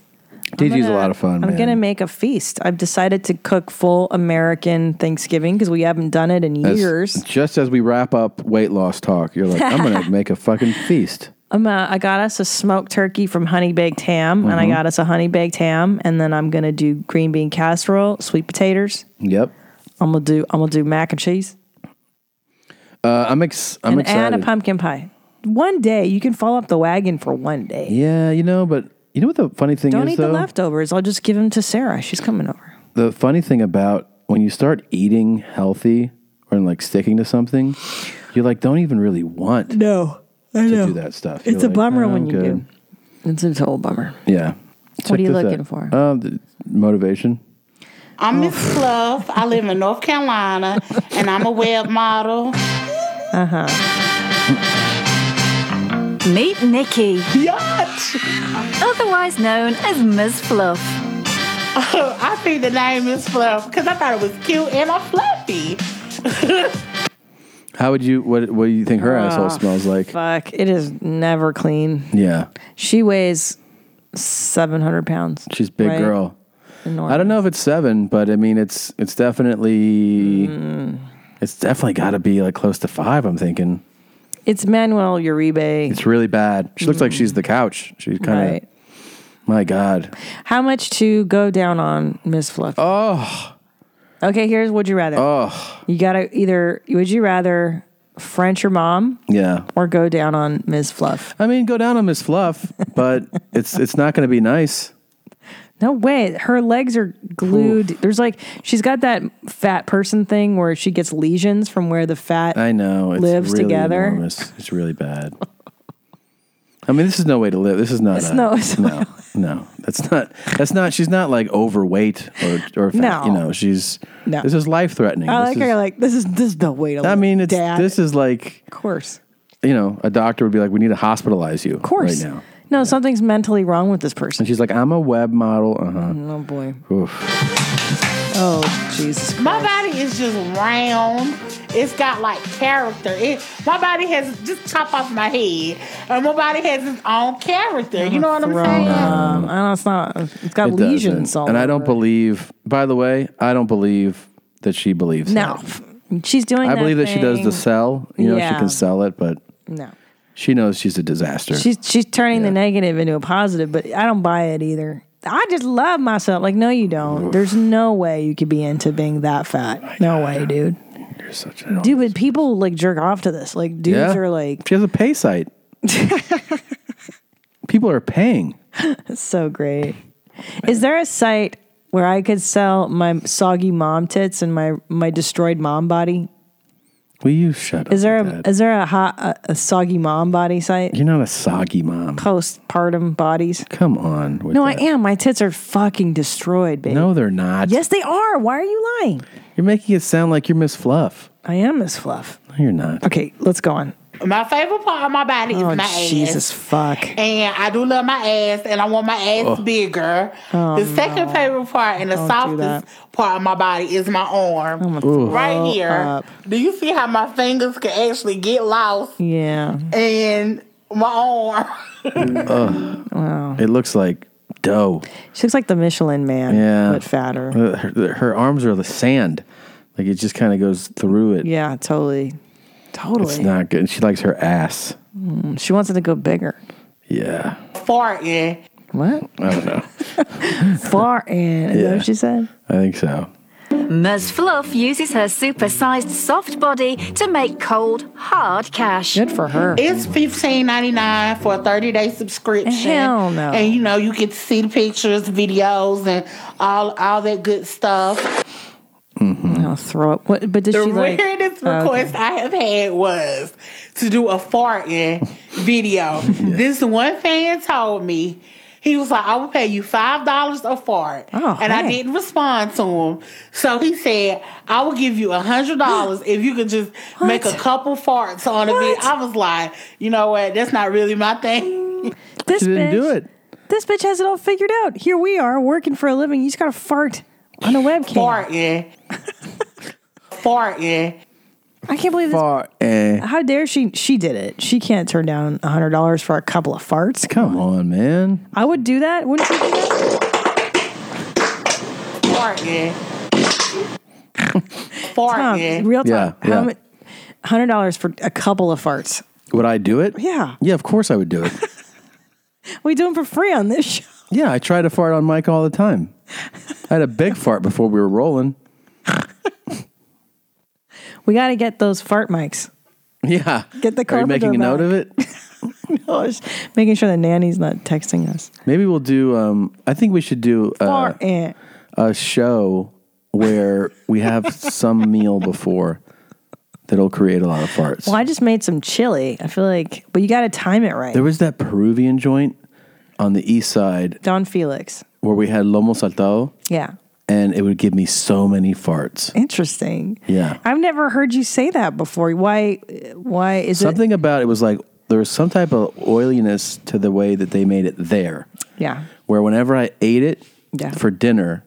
DG's a lot of fun. I'm man. gonna make a feast. I've decided to cook full American Thanksgiving because we haven't done it in As- years. Just as we wrap up weight loss talk, you're like, I'm going <laughs> to make a fucking feast. I'm uh, I got us a smoked turkey from Honey Baked Ham, and I Mhm. got us a Honey Baked Ham, and then I'm gonna do green bean casserole, sweet potatoes. Yep. I'm gonna do I'm gonna do mac and cheese, Uh, I'm ex- I'm and excited. and a pumpkin pie. One day you can follow up the wagon for one day. yeah, you know, but you know what the funny thing Don't is eat though. the leftovers. I'll just give them to Sarah. She's coming over. the funny thing about when you start eating healthy or like sticking to something, you like don't even really want No, I to know. do that stuff. It's You're a bummer "Oh, when you good." do. It's a total bummer. Yeah. What are you this looking for? Um, th- motivation. I'm Miss Fluff. I live in North Carolina, and I'm a web model. Uh huh. Uh-huh. Meet Nikki. Yacht! Otherwise known as Ms. Fluff. <laughs> I think the name is Fluff because I thought it was cute and I'm fluffy. <laughs> How would you? What What do you think her asshole smells like? Ah, Fuck, it is never clean. Yeah, She weighs 700 pounds. she's big right? girl. Enormous. I don't know if it's seven, but I mean, it's it's definitely Hmm. it's definitely got to be like close to five. I'm thinking It's Manuel Uribe. it's really bad. She looks like she's the couch. She kind of. Hmm. Right. My God, How much to go down on Miss Fluff? Oh. Okay, here's would you rather. Oh. You gotta either would you rather French your mom Yeah. or go down on Ms. Fluff. I mean, go down on Miss Fluff, but it's it's not going to be nice. No way. Her legs are glued. There's like, she's got that fat person thing where she gets lesions from where the fat I know it's lives really together. Enormous. It's really bad. I mean, this is no way to live. This is not. It's a- no- it's no, no. That's not. That's not. She's not like overweight or or No. fat, you know. She's. No. Oh, This is life threatening. I like is, her. Like, this is, this is the way to live. I mean, it's Dad. this is like Of course. you know a doctor would be like, we need to hospitalize you. Of course. right now. No, something's mentally wrong with this person. And she's like, I'm a web model. Uh huh. Oh boy. Oof. Oh Jesus. My body is just round. It's got like character. It my body has just top off my head. And my body has its own character. You know what I'm saying? Um, I don't. It's not. It's got It doesn't. lesions. All and I over don't it. believe. By the way, I don't believe that she believes. No, she's doing. I believe that she does the thing. sell. You know, she Yeah. can sell it, but No, she knows she's a disaster. she's she's turning the negative into a positive, but I don't buy it either. I just love myself. Like, no, you don't. There's no way you could be into being that fat. No way, dude. You're such a Dude, but people like jerk off to this. Like, dudes Yeah. are like, <laughs> She has a pay site. People are paying. That's so great. Is there a site where I could sell my soggy mom tits and my my destroyed mom body? Will you shut up? Is there a is there a hot a, a soggy mom body site? You're not a soggy mom. Postpartum bodies. Come on. with No, that. I am. My tits are fucking destroyed, baby. No, they're not. Yes, they are. Why are you lying? You're making it sound like you're Miss Fluff. I am Miss Fluff. No, you're not. Okay, let's go on. My favorite part of my body is my Oh, Jesus ass. fuck. And I do love my ass and I want my ass Oh. bigger. Oh, the second favorite part and the Don't do softest part of my body is my arm. I'm gonna Ooh. Right throw here. up. Do you see how my fingers can actually get lost Yeah. and my arm? <laughs> Ugh. Wow. It looks like dough. She looks like the Michelin man, Yeah. but fatter. Uh, Her, her arms are the sand. Like it just kind of goes through it. Yeah, totally. Totally. It's not good. She likes her ass. Mm, she wants it to go bigger. Yeah. Farting. What? I don't know. <laughs> Far in. Is that Yeah. what she said? I think so. Ms. Fluff uses her supersized soft body to make cold, hard cash. Good for her. It's fifteen ninety nine for a thirty day subscription. Hell no. And you know you get to see the pictures, videos, and all all that good stuff. Mm-hmm. I'll throw up. What, but did the she like? weirdest Oh, okay. request I have had was to do a <laughs> farting video. This one fan told me. He was like, I will pay you five dollars a fart. Oh, and I hey. didn't respond to him. So he said, I will give you a hundred dollars if you could just make a couple farts on a video. I was like, you know what, that's not really my thing. This She didn't bitch, do it. This bitch has it all figured out. Here we are working for a living. You just gotta fart on a webcam. Farting. <laughs> farting. I can't believe this. Fart. Eh. How dare she? She did it. She can't turn down a hundred dollars for a couple of farts. Come on, man. I would do that. Wouldn't you do that? Farting. farting. <laughs> Tom, real talk. Yeah, yeah. Hundred dollars for a couple of farts. <laughs> Would I do it? Yeah. Yeah, of course I <laughs> would do it. We do them for free on this show. yeah, I try to fart on Mike all the time. I had a big fart before we were rolling. We got to get those fart mics. Yeah. Get the Are you carpenter making a note of it? No, it's Oh, making sure the nanny's not texting us. Maybe we'll do um I think we should do uh, Fart ant. a show where we have some meal before that'll create a lot of farts. Well, I just made some chili. I feel like, but you got to time it right. There was that Peruvian joint on the east side Don Felix. where we had lomo saltado Yeah. and it would give me so many farts. Interesting. Yeah. I've never heard you say that before. Why? Why is something about it was like there was some type of oiliness to the way that they made it there. it? Yeah. Where whenever I ate it Yeah. for dinner,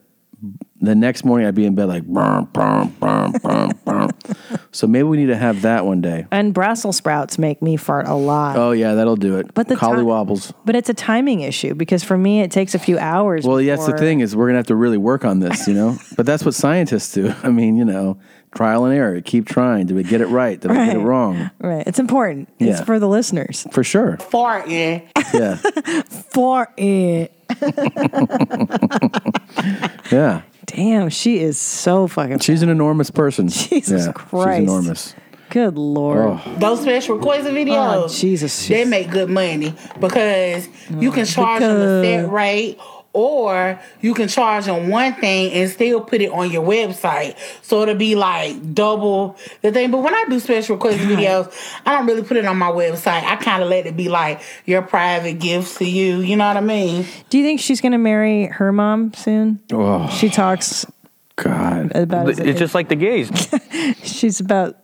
the next morning I'd be in bed like brum, brum, brum, brum, <laughs> brum. So maybe we need to have that one day. And Brussels sprouts make me fart a lot. Oh yeah, that'll do it. But the ti- collie wobbles. But it's a timing issue because for me it takes a few hours. Well, yes, the before- thing is we're gonna have to really work on this, you know. but that's what scientists do. <laughs> I mean, you know, trial and error. Keep trying. Did we get it right? Did we get it Right. wrong? Right. It's important. It's Yeah. for the listeners. For sure. <laughs> Farting. Yeah. For <laughs> it. yeah. Damn, she is so fucking. She's an enormous person. <laughs> Jesus Christ. She's enormous. Oh, Good lord. Those special request videos. Oh, Jesus. Mm. They make good money because you can charge them a set Because- rate or you can charge them one thing and still put it on your website. So it'll be like double the thing. But when I do special request videos, I don't really put it on my website. I kind of let it be like your private gifts to you. You know what I mean? Do you think she's going to marry her mom soon? Oh. She talks God. about as- It's just like the gays. she's about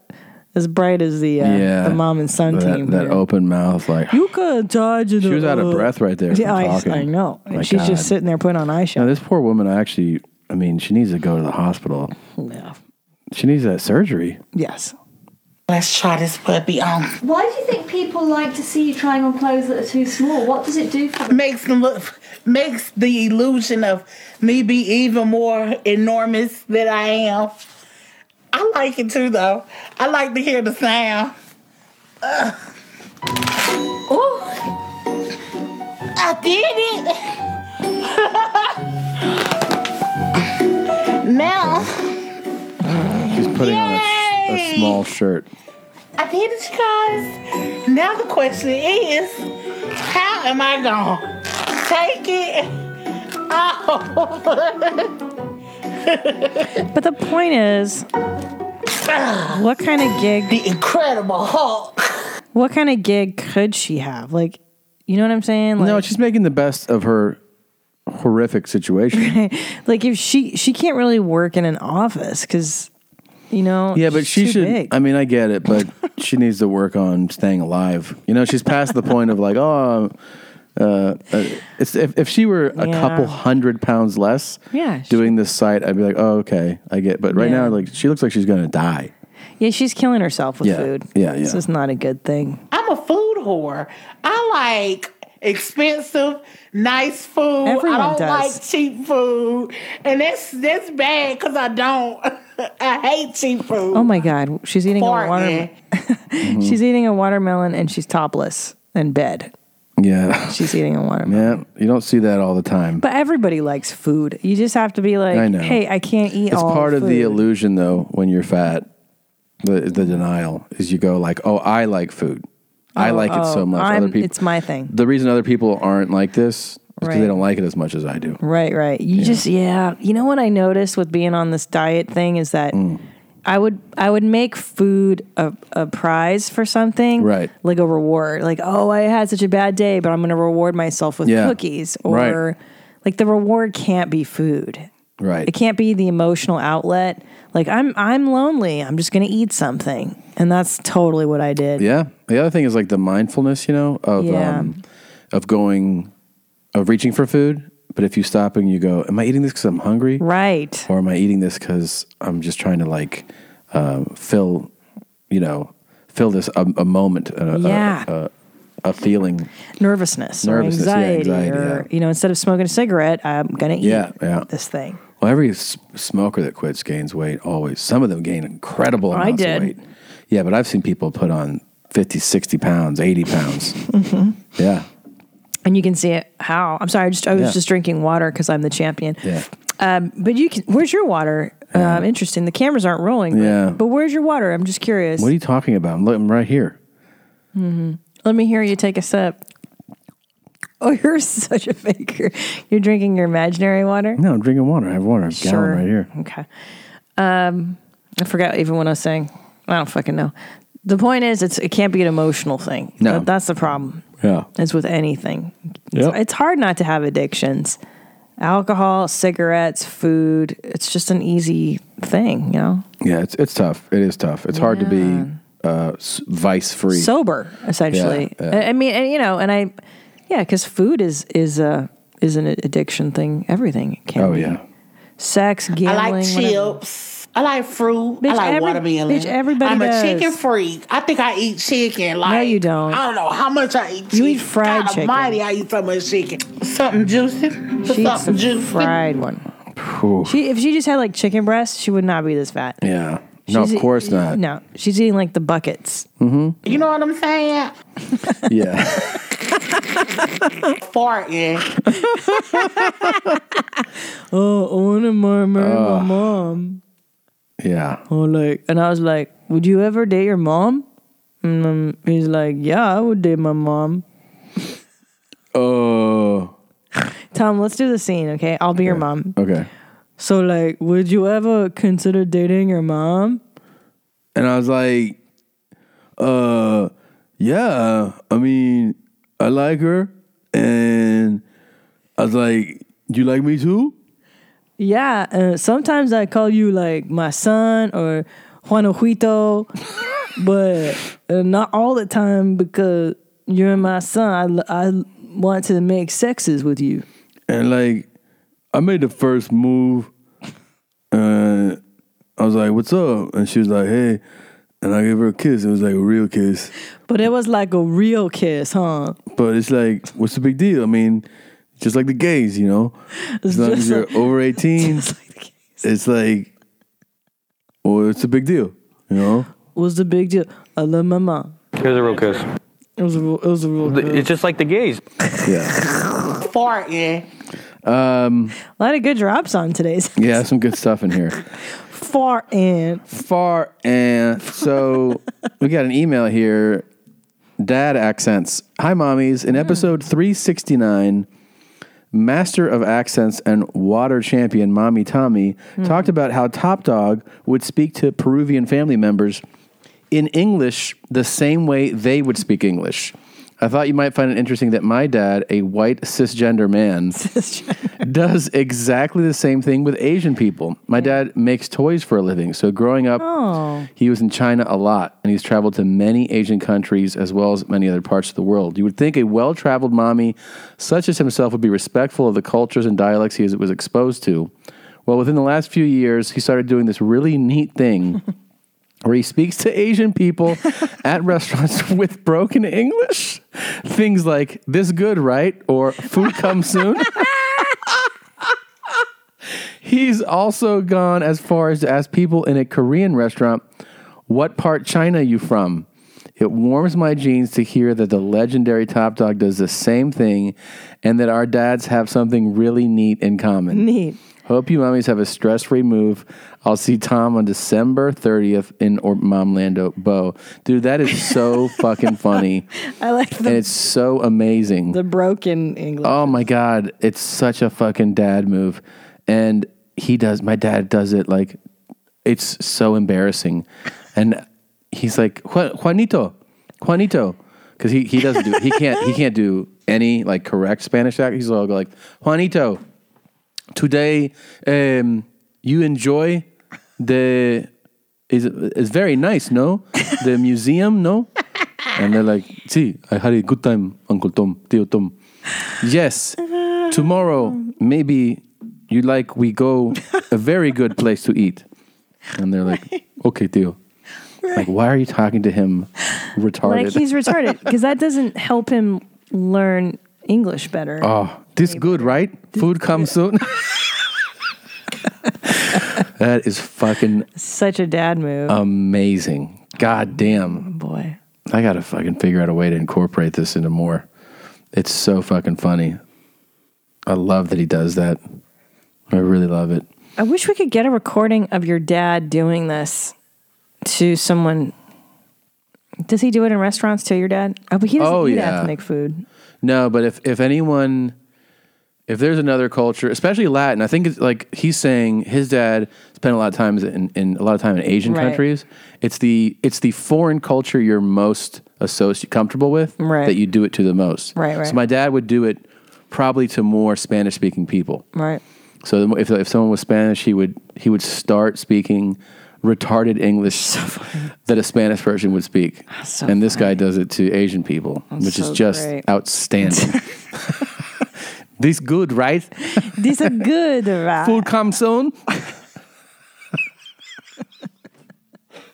as bright as the uh, yeah. the mom and son that, team. That open mouth, like. you could charge She was out of breath right there. uh, Yeah, from I, talking. Oh I know. My she's God. just sitting there putting on eyeshadow. Now, this poor woman, I actually, I mean, she needs to go to the hospital. Yeah. She needs that surgery. Yes. Let's try this puppy on. Why do you think people like to see you trying on clothes that are too small? What does it do for them? makes them look makes the illusion of me be even more enormous than I am. I like it too though. I like to hear the sound. Ugh. Oh I did it. now She's putting on a, a Yay! small shirt. I did it, guys. Now the question is, how am I gonna take it <laughs> out? But the point is, what kind of gig? The Incredible Hulk. What kind of gig could she have? Like, you know what I'm saying? Like, no, she's making the best of her <laughs> horrific situation. like if she she can't really work in an office because, you know, <laughs> yeah, but she's she too should. big. I mean, I get it, but she needs to work on staying alive. You know, she's past the point of like, oh, uh, uh, it's, if, if she were a Yeah. couple hundred pounds less Yeah, she- doing this site, I'd be like, oh, okay, I get But right Yeah. now, like, she looks like she's going to die. Yeah, she's killing herself with Yeah, food. yeah, This yeah. is not a good thing. I'm a food whore. I like expensive, nice food. Everyone I don't does. like cheap food, and that's that's bad because I don't. <laughs> I hate cheap food. Oh my god, she's eating a water. Farting. <laughs> Mm-hmm. She's eating a watermelon and she's topless in bed. Yeah. <laughs> She's eating a watermelon. Yeah. You don't see that all the time. But everybody likes food. You just have to be like, I know. hey, I can't eat it's all part of the food." illusion, though, when you're fat, the, the denial is you go like, oh, I like food. I Oh, like it so oh, much. I'm- other people, it's my thing. The reason other people aren't like this is because Right. they don't like it as much as I do. Right, right. You just yeah. You know what I noticed with being on this diet thing is that Mm. I would I would make food a, a prize for something. Right. Like a reward. Like, oh I had such a bad day, but I'm gonna reward myself with Yeah. cookies. Or Right. like the reward can't be food. Right. It can't be the emotional outlet. Like I'm I'm lonely. I'm just gonna eat something. And that's totally what I did. Yeah. The other thing is like the mindfulness, you know, of Yeah. um, of going, of reaching for food. But if you stop and you go, am I eating this because I'm hungry? Right. Or am I eating this because I'm just trying to like um, fill, you know, fill this a, a moment, a, a- Yeah. a, a, feeling. Nervousness, or Nervousness, yeah, anxiety, anxiety, or you know, instead of smoking a cigarette, I'm gonna eat Yeah. Yeah. this thing. Well, every s- smoker that quits gains weight always. Some of them gain incredible I amounts did. of weight. Yeah, but I've seen people put on 50, 60 pounds, <laughs> 80 pounds. hmm yeah. And you can see it how. I'm sorry, I just I was Yeah. just drinking water because I'm the champion. Yeah. Um, but you can. Where's your water? Um, interesting. The cameras aren't rolling. but- Yeah. But where's your water? I'm just curious. What are you talking about? I'm, look- I'm right here. Mhm. Let me hear you take a sip. <laughs> Oh, you're such a faker. You're drinking your imaginary water. No, I'm drinking water. I have water. I have a gallon Sure. right here. Okay. Um, I forgot even what I was saying. I don't fucking know. The point is, it's it can't be an emotional thing. No. That- that's the problem. Yeah. It's with anything. Yep. It's, it's hard not to have addictions. Alcohol, cigarettes, food. It's just an easy thing, you know? Yeah, it's it's tough. It is tough. It's hard to be uh, vice free, Sober, essentially. Yeah, yeah. I, I mean, and, you know, and I, yeah, because food is, is, uh, is an addiction thing. Everything can Oh, be. yeah. Sex, gambling. I like whatever. chips. I like fruit. Bitch, I like every- watermelon. bitch, everybody I'm does. a chicken freak. I think I eat chicken. Like, no, you don't. I don't know how much I eat. You eat fried God chicken. Almighty, I eat so <laughs> much chicken. Something juicy. She eats something the juicy. fried one. Ooh. She, if she just had like chicken breast, she would not be this fat. Yeah. No, She's of e- course not. No, she's eating like the buckets. hmm You know what I'm saying? Yeah. <laughs> Farting. <laughs> Oh, I want to marry Ugh. mom. Yeah. Oh, like, and I was like, "Would you ever date your mom?" And um, he's like, "Yeah, I would date my mom." Oh. Tom, let's do the scene, okay? I'll be your mom. Okay. So, like, would you ever consider dating your mom? And I was like, uh, yeah, I mean, I like her. And I was like, you like me too? Yeah. Uh, sometimes I call you like my son or Juanojuito, <laughs> but uh, not all the time because you're my son. I, I want to make sexes with you. And like, I made the first move, and I was like, "What's up?" And she was like, "Hey," and I gave her a kiss. It was like a real kiss, But it was like a real kiss, huh? but it's <laughs> like, what's the big deal? I mean, just like the gays, you know, as long <laughs> as just you're like- over eighteen, it's like, well, it's a big deal, you know. What's the big deal? I love my mom. Here's a real kiss. It was a real, it was a real kiss. It's just like the gays. Yeah. Farting. Um. A lot of good drops on today's Yeah, some good stuff in here. far in. Far And so we got an email here. Dad accents. Hi, mommies. In episode 369, master of accents and water champion, Mommy Tommy, talked about how Top Dog would speak to Peruvian family members in English the same way they would speak English. I thought you might find it interesting that my dad, a white cisgender man, does exactly the same thing with Asian people. My dad makes toys for a living. So growing up, Oh. he was in China a lot, and he's traveled to many Asian countries as well as many other parts of the world. You would think a well traveled mommy, such as himself, would be respectful of the cultures and dialects he was exposed to. Well, within the last few years, he started doing this really neat thing where he speaks to Asian people at restaurants with broken English. Things like, this good, right? Or food comes soon. He's also gone as far as to ask people in a Korean restaurant, what part China you from? It warms my jeans to hear that the legendary Top Dog does the same thing and that our dads have something really neat in common. Neat. Hope you mommies have a stress free move. I'll see Tom on December 30th in or- Momlando Bo. Dude, that is <laughs> so fucking funny. I like the, and it's so amazing. the broken English. Oh my god, it's such a fucking dad move, and he does. My dad does it like it's so embarrassing, and he's like "Juan- Juanito, Juanito, because he he doesn't do he can't he can't do any like correct Spanish accent. He's all like Juanito. Today, um, you enjoy the is it's very nice, no? The museum, no? And they're like, see, I had a good time, Uncle Tom, Tio Tom. Yes. Tomorrow, maybe you like we go a very good place to eat. And they're <laughs> like, okay, Tio. Like, why are you talking to him retarded? Like he's retarded because that doesn't help him learn English better. Oh, this good, right? Food comes <laughs> soon. that is fucking Such a dad move. Oh. amazing. God damn. Oh, Boy. I gotta fucking figure out a way to incorporate this into more. It's so fucking funny. I love that he does that. I really love it. I wish we could get a recording of your dad doing this to someone. Does he do it in restaurants too? Your dad? Oh, but he doesn't Oh, eat out yeah. to make food. No, but if if anyone if there's another culture, especially Latin, I think it's like he's saying his dad spent a lot of times in, in a lot of time in Asian Right. countries. It's the it's the foreign culture you're most associate comfortable with Right. that you do it to the most. Right, right. So my dad would do it probably to more Spanish speaking people. Right. So the mo- if if someone was Spanish, he would he would start speaking retarded English that a Spanish person would speak. So and this guy does it to Asian people, That's which so is just great. <laughs> outstanding. this good, right? These are good, right? Food <laughs> come soon.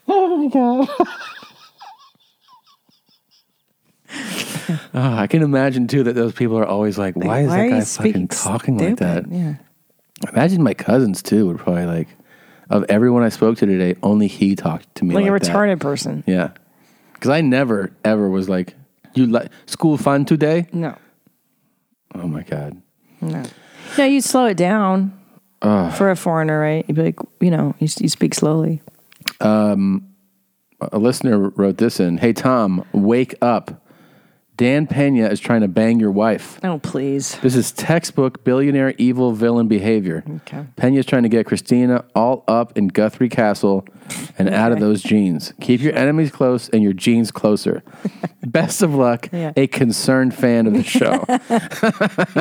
oh my god. <laughs> Ah, I can imagine too that those people are always like, "Why is why are that you guy speaking fucking talking like that?" Yeah. Imagine my cousins too would probably like, of everyone I spoke to today, only he talked to me Like, like, a that. retarded person. Yeah. Because I never, ever was like, you like school fun today? No. Oh my God. No. No, you slow it down. Ugh. for a foreigner, right? You'd be like, you know, you, you speak slowly. Um, a listener wrote this in. Hey Tom, wake up! Dan Pena is trying to bang your wife. Oh please! This is textbook billionaire evil villain behavior. Okay. Pena's trying to get Christina all up in Guthrie Castle and out of those jeans. Keep your enemies close and your jeans <laughs> closer. Best of luck. Yeah. A concerned <laughs> fan of the show.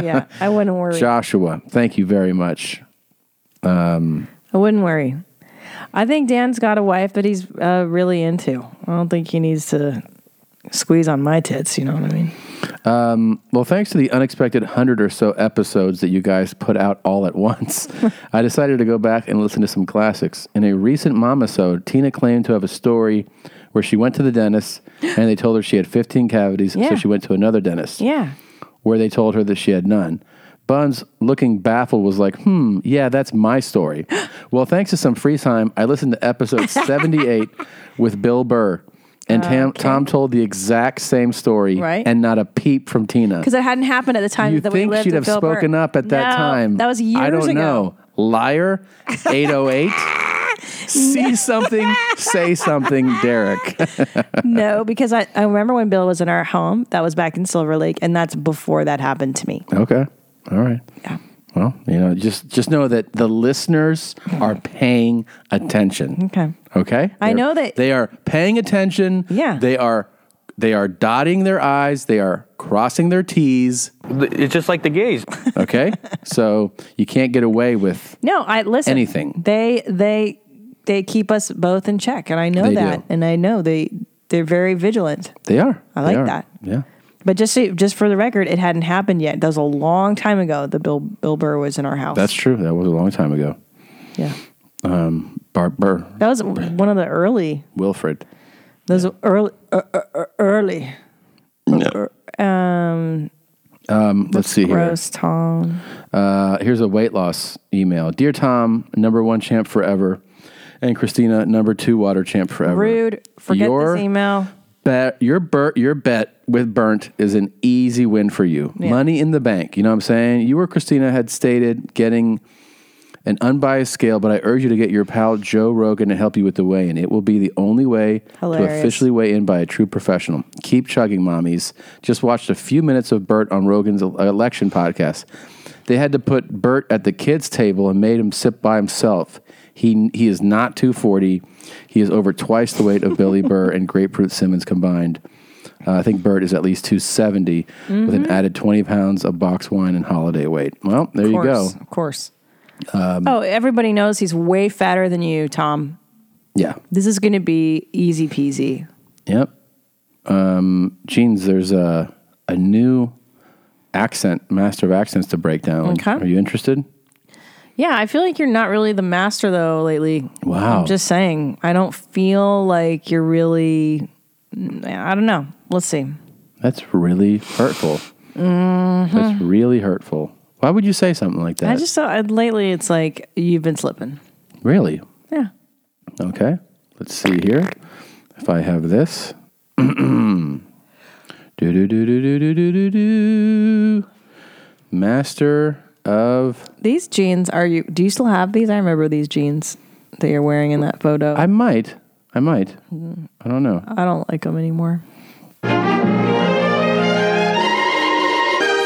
yeah, I wouldn't worry. Joshua, thank you very much. Um, I wouldn't worry. I think Dan's got a wife that he's uh, really into. I don't think he needs to squeeze on my tits. You know what I mean? Um, well, thanks to the unexpected hundred or so episodes that you guys put out all <laughs> at <laughs> once, I decided to go back and listen to some classics. In a recent Momisode, Tina claimed to have a story where she went to the dentist and they told her she had 15 cavities, Yeah. so she went to another dentist Yeah. where they told her that she had none. Buns, looking baffled, was like, hmm, yeah, that's my <gasps> story. well, thanks to some free time, I listened to <laughs> episode 78 with Bill Burr. And Tam, Tom told the exact same story Right. and not a peep from Tina. Because it hadn't happened at the time you that we think lived she'd have with Bill Burr. spoken up at that No, time. That was years I don't ago. know. Liar, <laughs> 808. See something, say something, Derek. <laughs> no, because I, I remember when Bill was in our home. That was back in Silver Lake, and that's before that happened to me. Okay. All right. Yeah. Well, you know, just just know that the listeners are paying attention. Okay. Okay. I know that- they are paying attention. Yeah. They are they are dotting their I's. They are crossing their T's. It's just like the gays. <laughs> Okay. so you can't get away with No, I listen. Anything. They they they keep us both in check, and I know They that, do. and I know they they're very vigilant. they are. I They like are. that. Yeah. But just so, just for the record, it hadn't happened yet. That was a long time ago. The Bill Bill Burr was in our house. That's true. That was a long time ago. Yeah. Um Bart Burr, that was one of the early. Wilfred. Those early uh, uh, uh, early. Um, Um, let's see here. gross, Tom. Uh, here's a weight loss email. Dear Tom, number one champ forever, and Christina, number two water champ forever. rude. Forget Your this email. Bet your bur- your bet with burnt is an easy win for you. Yeah. Money in the bank. You know what I'm saying? You or Christina had stated getting an unbiased scale, but I urge you to get your pal Joe Rogan to help you with the weigh in. It will be the only way to Hilarious. officially weigh in by a true professional. Keep chugging, mommies. Just watched a few minutes of Bert on Rogan's el- election podcast. They had to put Bert at the kids' table and made him sit by himself. He, he is not 240. He is over twice the weight <laughs> of Billy Burr and Grapefruit Simmons combined. Uh, I think Bert is at least 270 with an Mhm. added 20 pounds of box wine and holiday weight. Well, there of you go. course, Of course. Um, oh, everybody knows he's way fatter than you, Tom. Yeah. This is going to be easy peasy. Yep. Um, jeans, there's a, a new accent, master of accents to break down. Okay. Are you interested? Yeah, I feel like you're not really the master though lately. Wow. I'm just saying. I don't feel like you're really. I don't know. Let's see. That's really hurtful. Mhm. That's really hurtful. Why would you say something like that? I just thought uh, lately it's like you've been slipping. really? Yeah. Okay. Let's see here. If I have this. <clears throat> do do do do do do do do do. Master of These jeans are you? Do you still have these? I remember these jeans that you're wearing in that photo. I might. I might. I don't know. I don't like them anymore.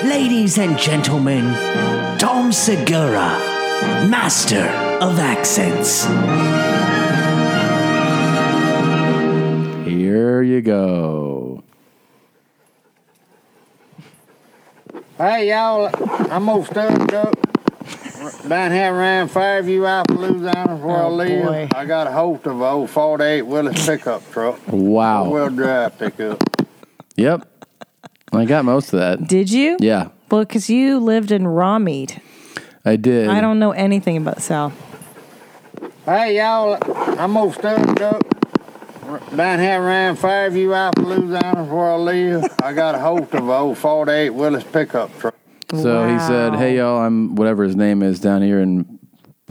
Ladies and gentlemen, Tom Segura, master of accents. Here you go. Hey y'all, I'm gonna stand up down here around Fairview, Appaloosa, where I Oh, live. I got a hold of a old 48 Willis pickup truck. Wow. Four-wheel drive pickup. Yep. I got most of that. Did you? Yeah, Well, because you lived in raw meat. I did. I don't know anything about South. Hey y'all, I'm gonna stand up down here around Fairview, Appaloosa, where I live. I got a hold of a old 48 Willis pickup truck. So he said, "Hey y'all, I'm whatever his name is down here in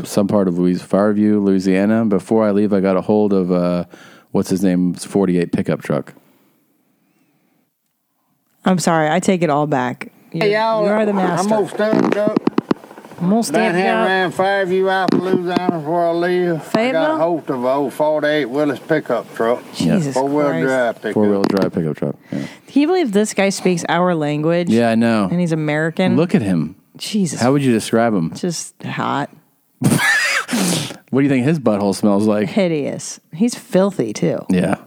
some part of Louis Fairview, Louisiana. Before I leave, I got a hold of uh, what's his name's 48 pickup truck. I'm sorry. I take it all back. You, Hey y'all, you are the I'm master. gonna stand up Almost Down stamped here out. around Fairview, Appaloosa, is where I live. I Fayetteville? got hold of a old 48 Willis pickup truck. Jesus Four-wheel Christ. drive pickup. Four wheel drive pickup truck. Yeah. Can you believe this guy speaks our language? Yeah, I know. And he's American. Look at him. Jesus. How would you describe him? Just hot. What do you think his butthole smells like? Hideous. He's filthy too. Yeah.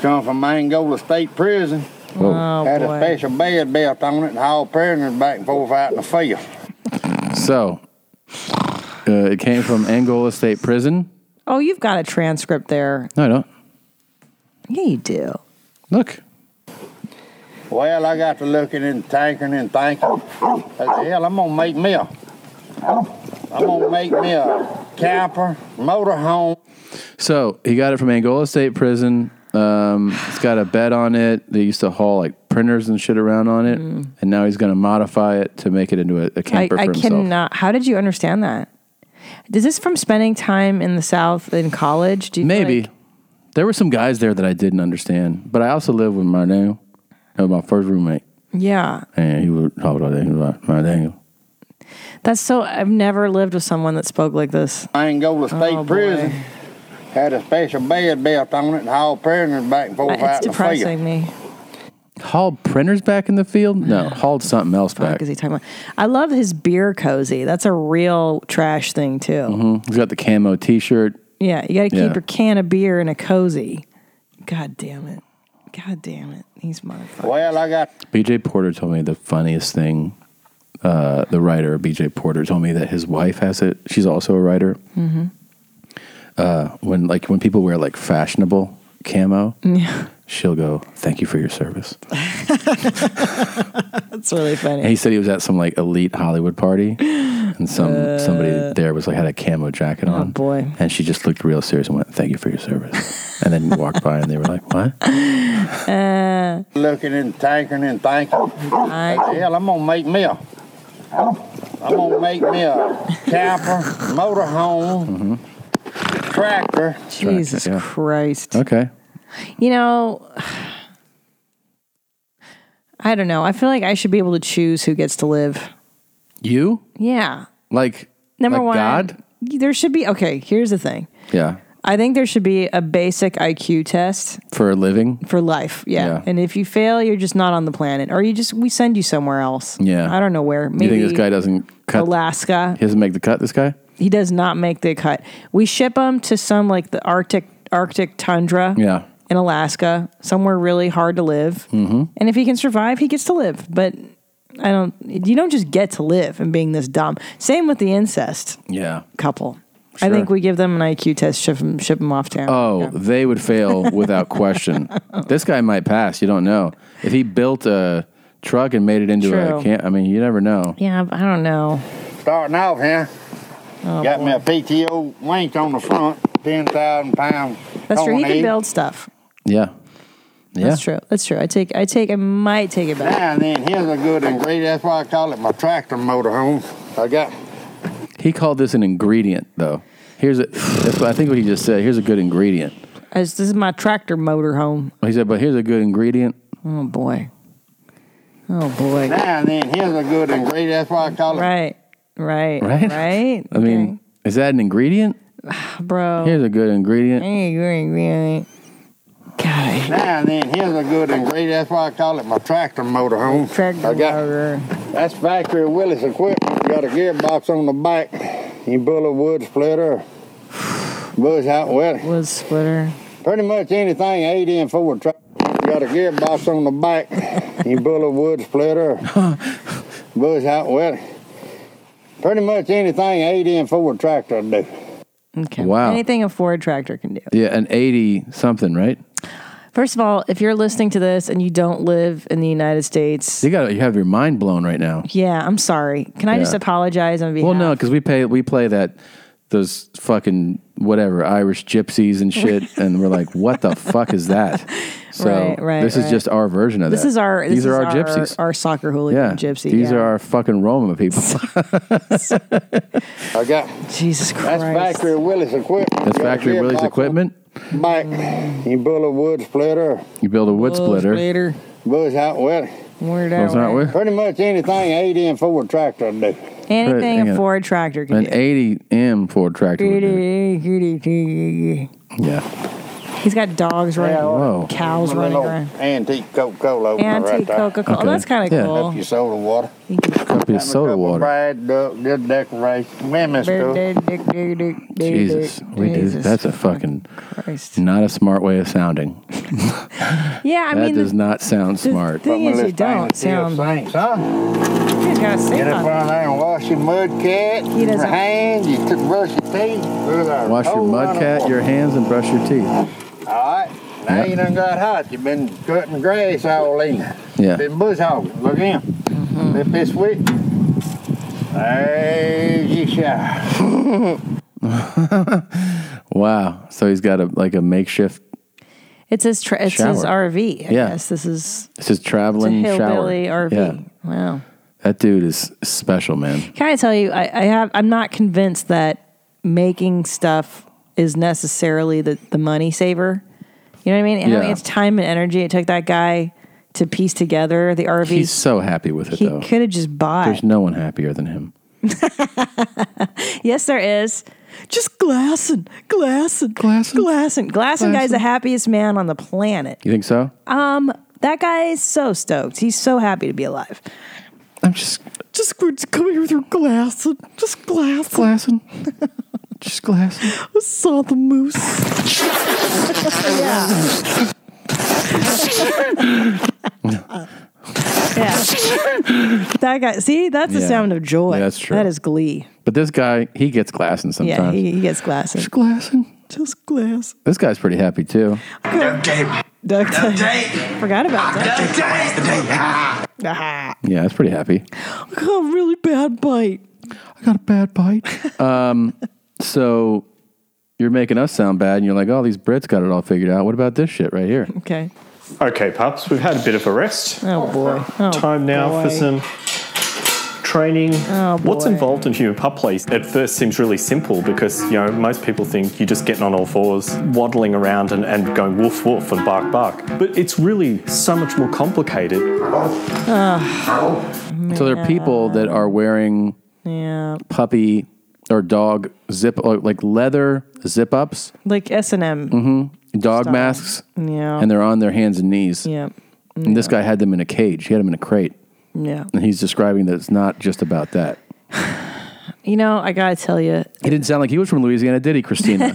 Come from Angola State Prison. Whoa. Oh, Had boy. a special bed belt on it and hauled prisoners back and forth out in the field. So, uh, it came from Angola State Prison. Oh, you've got a transcript there. No, I don't. Yeah, you do. Look. Well, I got to looking and tanking and thinking. I said, hell, I'm going to make me a... I'm going to make me a camper, motorhome. So he got it from Angola State Prison. Um, it's got a bed on it. They used to haul like printers and shit around on it, and now he's going to modify it to make it into a, a I, camper Mm. I for himself. cannot. How did you understand that? Is this from spending time in the South in college? Do you feel Maybe like- there were some guys there that I didn't understand, but I also lived with my Daniel, that was my first roommate, yeah. and he would talk about that. He was like, "My Daniel, That's so. I've never lived with someone that spoke like this. Angola Oh, State Prison. Had a special bed belt on it and hauled prisoners back and forth It's out in the field. depressing me. hauled printers back in the field? No, hauled something else back." Is he talking about? I love his beer cozy. That's a real trash thing too. hmm He's got the camo T-shirt. Yeah, you got to keep Yeah. your can of beer in a cozy. God damn it! God damn it! These motherfuckers. Well, I got BJ Porter told me the funniest thing. Uh, the writer BJ Porter told me that his wife has it. She's also a writer. Mhm. Uh, when like when people wear like fashionable camo, Yeah. she'll go, "Thank you for your service." That's really And funny. he said he was at some like elite Hollywood party, and some somebody there was like had a camo jacket on. Uh, oh, boy. And she just looked real serious and went, "Thank you for your service," and then walked by and they were like, "What?" Uh. looking and tanking and thinking. I said, hell, I'm gonna make me a. I'm gonna make me a camper, motorhome, tractor. <laughs> Jesus Christ. Okay. You know, I don't know. I feel like I should be able to choose who gets to live. You Yeah. like Number like one, God? there should be. Okay, here's the thing. Yeah, I think there should be a basic IQ test for a living. for life. Yeah. Yeah. And if you fail, you're just not on the planet, or you just we send you somewhere else. Yeah. I don't know where. Maybe you think this guy doesn't cut? Alaska. He doesn't make the cut. This guy. He does not make the cut. We ship him to some like the Arctic Arctic tundra Yeah. in Alaska, somewhere really hard to live. Mm-hmm. And if he can survive, he gets to live. But I don't. You don't just get to live and being this dumb. Same with the incest Yeah. couple. I Sure. think we give them an IQ test, ship them, ship them off town. Oh, they would fail <laughs> without question. Oh. this guy might pass. You don't know if he built a truck and made it into True. a camp. I mean, you never know. Yeah, I don't know. Oh, Starting off here. got me a PTO link on the front, ten thousand pound. That's true. He can Tony. build stuff. Yeah. Yeah. That's true. That's true. I take. I take. I might take it back. Now and then, here's a good ingredient. That's why I call it my tractor motorhome. I got He called this an ingredient, though. Here's a, that's what I think what he just said. Here's a good ingredient. As this is my tractor motor home. He said, but here's a good ingredient. Oh boy. Oh boy. now and then, here's a good ingredient. That's why I call it. Right. Right. Right? <sighs> Right. Oh. I mean, is that an ingredient? Bro. Here's a good ingredient. Hey, great, great. Now and then, here's a good ingredient. That's why I call it my tractor motorhome. Tractor I got, That's factory Willis equipment. Got a gearbox on the back. You pull a wood splitter, bush out well. Wood splitter. Pretty much anything eight in forward tractor. Got a gearbox on the back. You pull a wood <laughs> splitter, bush out well. Pretty much anything eight in forward tractor will do. Okay. Wow. Anything a Ford tractor can do. Yeah, an 80 something, right? First of all, if you're listening to this and you don't live in the United States, You got to you have your mind blown right now. yeah, I'm sorry. Can I Yeah. just apologize on behalf? Well, no, because we pay we play that those fucking whatever Irish gypsies and shit, <laughs> and we're like, what the fuck is that? So Right, right, this right. is just our version of This that. is our. These this are is our, gypsies. Our soccer hooligan yeah, gypsy. These yeah. are our fucking Roma <laughs> people. I got. Jesus Christ. That's factory Willis equipment. That's Got a <laughs> factory Willie's gearbox equipment. Mike, you build a wood splitter. You build a wood splitter. Bush out wet. Word Bush out wet. Pretty much anything eight in forward tractor will do. Anything hang a on. Ford tractor can An do. 80M Ford tractor. would do. Yeah. He's got dogs running, Whoa. cows A running little around. Antique Coca Cola opener Antique right there. Coca-Cola. Oh, that's kinda Yeah. cool. Up your soda water. Cup of soda water. Fried duck, good decoration. Women's stuff. Jesus, we do. Jesus That's a fucking not a smart way of sounding. Yeah, I that mean, does the, not sound smart. thing is, you don't sound. Thanks, huh? You gotta sing Get up on on there and wash your mud cat, He your doesn't- hands, you t- brush your teeth. Look at that. Wash your Oh, mud run cat, up. your hands, and brush your teeth. All right. Now Yeah. you done got hot. You've been cutting grass all evening. Yeah. Been bush hogging. Look at him. Mm-hmm. Lift this wick. There's your shower. Wow. So he's got a like a makeshift. It's his tra- it's his Shower. RV. I Yeah. guess this is It's his traveling It's a shower. hillbilly RV. Yeah. Wow. That dude is special, man. Can I tell you? I, I have. I'm not convinced that making stuff is necessarily the the money saver. You know what I mean? How Yeah. much time and energy it took that guy to piece together the RV. He's so happy with it he though. could have just bought. There's no one happier than him. Yes, there is. Just glassing, glassing, glassing, glassing, glassing. Guy's the Glassin'. happiest man on the planet. You think so? Um, that guy is so stoked. He's so happy to be alive. I'm just just going to come here through glassing, just glassing, glassing, just glassing. I <laughs> saw the moose. yeah. yeah. That guy. See, that's the Yeah. sound of joy. Yeah, that's true. That is glee. But this guy, he gets glassing sometimes. Yeah, he, he gets glassing. Just glassing. Just glass. This guy's pretty happy too. Duct tape. Duct tape. Forgot about that. Ah. Yeah, that's <laughs> pretty happy. I got a really bad bite. I got a bad bite. Um, so you're making us sound bad, and you're like, "Oh, these Brits got it all figured out. What about this shit right here?" Okay. Okay, pups, we've had a bit of a rest. Oh boy. Oh, Time now boy. for some training. Oh, What's boy. involved in human pup play at first seems really simple because, you know, most people think you're just getting on all fours, waddling around and, and going woof woof and bark bark. But it's really so much more complicated. Oh, So there are people that are wearing Yeah. puppy or dog zip, or like leather zip ups, Like S and M. mm-hmm. dog masks, Yeah. and they're on their hands and knees. Oh. Yeah. And this guy had them in a cage. He had them in a crate, Yeah. and he's describing that it's not just about that. You know, I gotta tell you, He didn't sound like he was from Louisiana, did <laughs> he, Christina?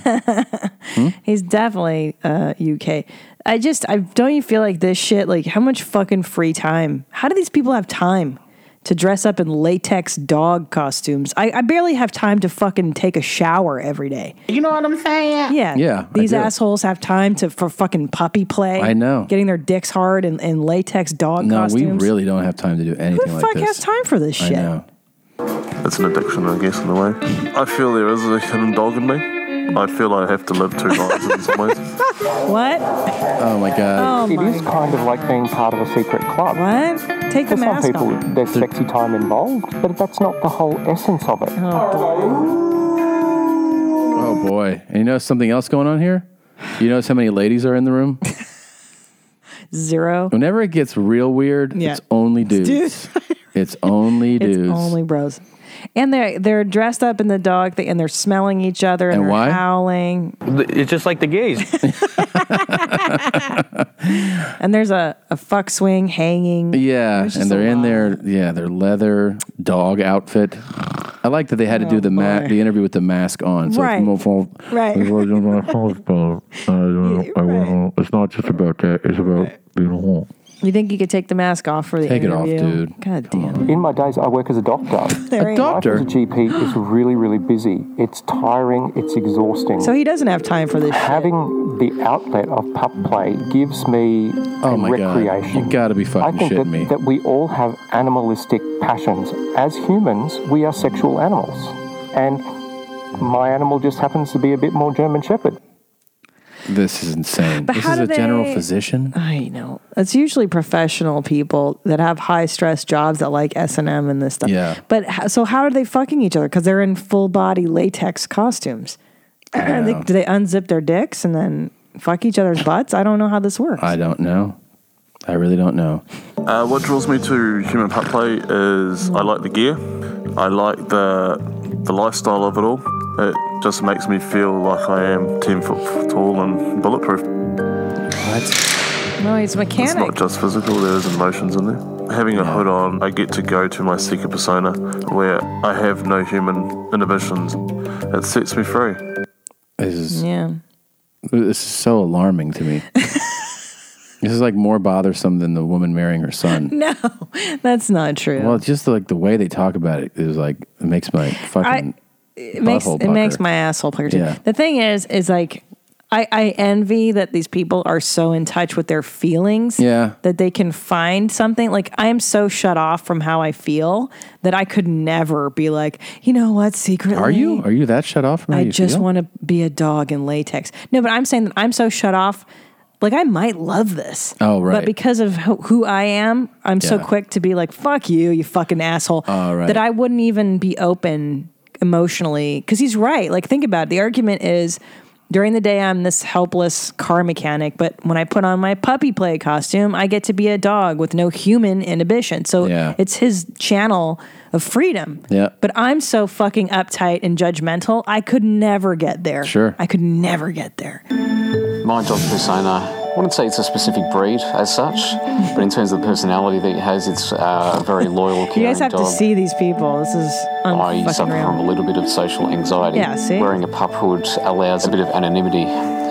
He's definitely uh, UK. I just I don't you feel like this shit like how much fucking free time? How do these people have time to dress up in latex dog costumes? I, I barely have time to fucking take a shower every day. You know what I'm saying? Yeah. Yeah, I These do. assholes have time to for fucking puppy play. I know. Getting their dicks hard in, in latex dog no, costumes. we really don't have time to do anything Who the like fuck this. has time for this I shit? know. It's an addiction, I guess, in a way. I feel there is a hidden dog in me. I feel I have to live two lives in some ways. What? Oh my god. Oh, my It is kind of like being part of a secret club. What? Take the For some mask people, off. there's sexy time involved, but that's not the whole essence of it. Oh boy. And you know something else going on here? You notice how many ladies are in the room? Zero. Whenever it gets real weird, Yeah. it's only dudes. <laughs> It's only It's dudes. only bros. And they're they're dressed up in the dog thing and they're smelling each other and, And they're why? howling. It's just like the gays. And there's a, a fuck swing hanging. yeah, Which is and a they're in their yeah their leather dog outfit. I like that they had to do the ma- the interview with the mask on. So Oh, Right. Right. uh, <laughs> It's not just about that. It's about being home. You think you could take the mask off for the Take it off, interview? dude. God damn. In my days, I work as a doctor. <laughs> There A you go. doctor? Life as a GP is really, really busy. It's tiring. It's exhausting. So he doesn't have time for this. Having the outlet of pup play gives me Oh a my God. recreation. You gotta be fucking I think shitting that, me. that we all have animalistic passions. As humans, we are sexual animals, and my animal just happens to be a bit more German Shepherd. This is insane. But this how is do a general they- physician. I know. It's usually professional people that have high stress jobs that like S and M and this stuff. Yeah. But ho- so how are they fucking each other? Because they're in full body latex costumes. <clears throat> I They- know. do they unzip their dicks and then fuck each other's butts? I don't know how this works. I don't know. I really don't know. Uh, what draws me to human pup play is I like the gear. I like the the lifestyle of it all. It just makes me feel like I am ten foot tall and bulletproof. No, he's a It's mechanic. not just physical, there is emotions in there. Having a hood on, I get to go to my seeker persona where I have no human inhibitions. It sets me free. This is yeah. This is so alarming to <laughs> me. this is like more bothersome than the woman marrying her son. <laughs> No, that's not true. Well, it's just like the way they talk about it is like it makes my fucking. it makes butthole it makes pucker. my asshole pucker. too. Yeah. The thing is, is like I, I envy that these people are so in touch with their feelings. Yeah. That they can find something. Like I am so shut off from how I feel that I could never be like, you know what, secretly. Are you? Are you that shut off from how I you just feel? want to be a dog in latex. No, but I'm saying that I'm so shut off. Like I might love this. Oh, right. But because of who, who I am, I'm so Yeah. quick to be like, "Fuck you, you fucking asshole." Oh, right. That I wouldn't even be open emotionally because he's right. Like think about it. the argument is during the day I'm this helpless car mechanic, but when I put on my puppy play costume, I get to be a dog with no human inhibition. So Yeah. it's his channel of freedom. Yeah. But I'm so fucking uptight and judgmental. I could never get there. Sure. I could never get there. My dog persona, I wouldn't say it's a specific breed as such, but in terms of the personality that it has, it's uh, a <laughs> very loyal, caring You guys have dog. to see these people. This is I unfucking suffer real. from a little bit of social anxiety. Yeah, see? Wearing a pup hood allows a bit of anonymity.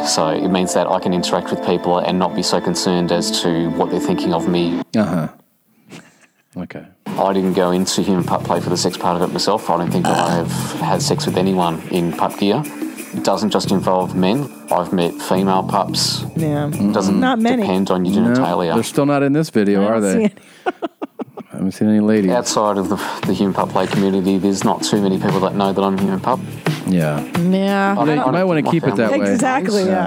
So it means that I can interact with people and not be so concerned as to what they're thinking of me. Uh huh. Okay. I didn't go into human pup play for the sex part of it myself. I don't think I have had sex with anyone in pup gear. It doesn't just involve men. I've met female pups. Yeah. Doesn't Not many. depend on your Mm. No, genitalia. they're still not in this video, are don't <laughs> they? see I haven't seen any ladies. Outside of the, the human pup play community, there's not too many people that know that I'm human pup. Yeah. Yeah. I don't- I don't think my family- Uh-huh. Exactly. Yeah.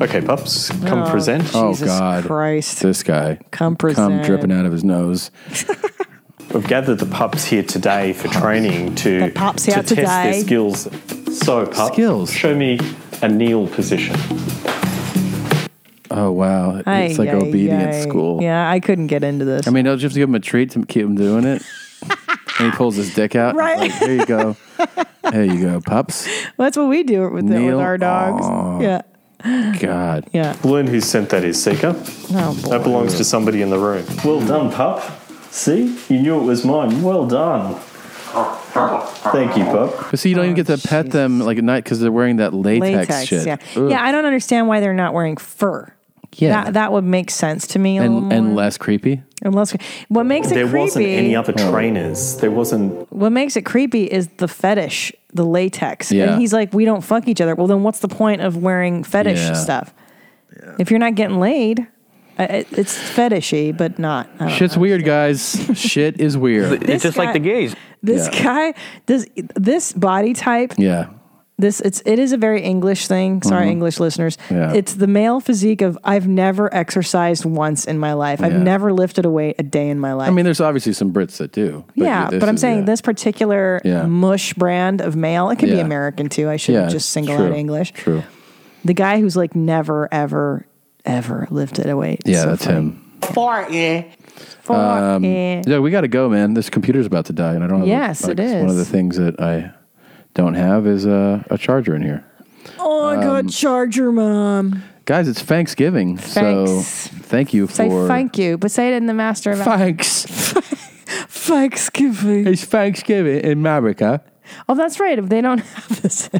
Okay, pups, come Oh, present. Oh Jesus God, Christ! This guy, come come present. dripping out of his nose. <laughs> We've gathered the pups here today for training to, The pups to here test their today. skills. So, pup, skills. show me a kneel position. Oh wow, it's Ay, like yay, obedience yay. school. Yeah, I couldn't get into this. I mean, don't you have to give him a treat to keep him <laughs> doing it? and he pulls his dick out. and Right. he's like, Here you go. There you <laughs> go, pups. Well, that's what we do with, the, with Kneel. our dogs. Aw. Yeah. God. Yeah. Learn who sent that is, Seeker. Oh, That belongs to somebody in the room. Well done, pup. See, you knew it was mine. Well done. Thank you, pup. But see, you don't even get to pet them like at night because they're wearing that latex, shit. Oh, Yeah. Ugh. Yeah. I don't understand why they're not wearing fur. Yeah. That, that would make sense to me. a little and more. and less creepy. Oh. Unless what makes it there creepy, wasn't any other trainers. There wasn't. what makes it creepy is the fetish, the latex. Yeah. And he's like, we don't fuck each other. Well, then what's the point of wearing fetish Yeah. stuff? If you're not getting laid, I- it, it's fetishy, but not. I don't Shit's weird, guys. Shit is weird. This just like guy- the gays. This guy, this this body type, Yeah. this it's it is a very English thing. Sorry, Mhm. English listeners. Yeah. It's the male physique of I've never exercised once in my life. I've Yeah. never lifted a weight a day in my life. I mean, there's obviously some Brits that do. yeah, this but I'm is- saying this particular Yeah. mush brand of male, it could be Yeah. American too. I shouldn't Yeah, just single true, out English. True. The guy who's like never, ever, ever lifted a weight. Yeah, So that's funny. him. Farting. Um, eh. yeah, we got to go, man. This computer's about to die, and I don't. Have Yes, like, it it's One is. of the things that I don't have is a, a charger in here, Oh, I Um, got Charger Mom. guys. It's Thanksgiving, so Thanks. thank you for Say thank you, but say it in the Master of Thanks. Thanksgiving. It's Thanksgiving in America. <laughs> Oh, that's right. They don't <laughs> have this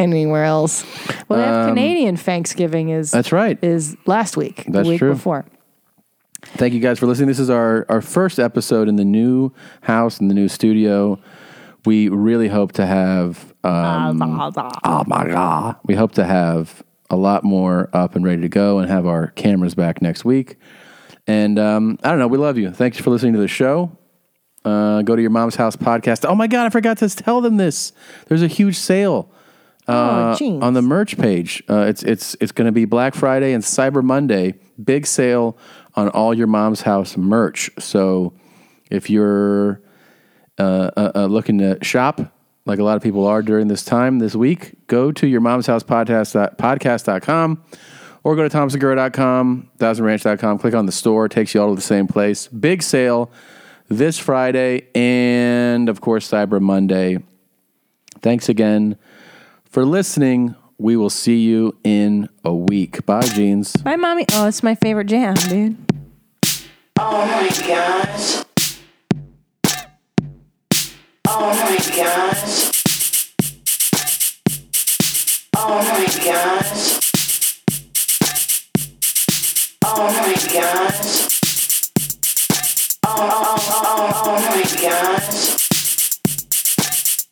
anywhere else. Well, they have Um, Canadian Thanksgiving is That's right. Is last week. That's the week true. before. Thank you guys for listening. This is our, our first episode in the new house, in the new studio. We really hope to have. Um, oh my God. We hope to have a lot more up and ready to go and have our cameras back next week. And um, I don't know. We love you. Thanks for listening to the show. Uh, go to your mom's house podcast. Oh my God, I forgot to tell them this. There's a huge sale uh, jeez. on the merch page. Uh, it's it's it's going to be Black Friday and Cyber Monday. Big sale on all your mom's house merch. So if you're uh, uh, uh, looking to shop, like a lot of people are during this time this week, go to your mom's house podcast dot- podcast.com or go to tomsegura.com, thousandranch.com, click on the store, takes you all to the same place. Big sale this Friday and, of course, Cyber Monday. Thanks again for listening. We will see you in a week. Bye, Jeans. Bye, mommy. Oh, it's my favorite jam, dude. Oh my gosh. Oh my gosh. Oh my gosh. Oh my gosh. Oh, oh, oh, oh my gosh.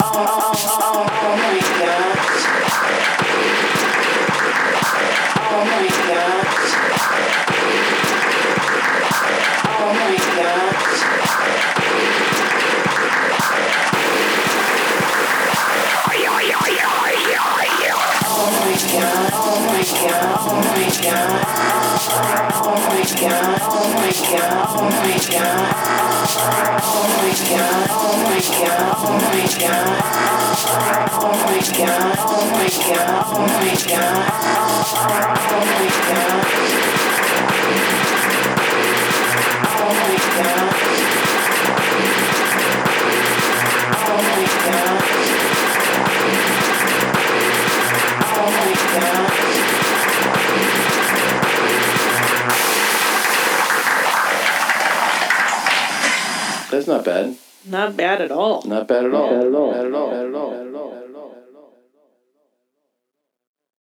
Oh, oh, oh, oh my gosh. Oh my gosh. Oh my That's not bad. Not bad at all. Not bad at all. Bad at all. Bad at all. Bad at all.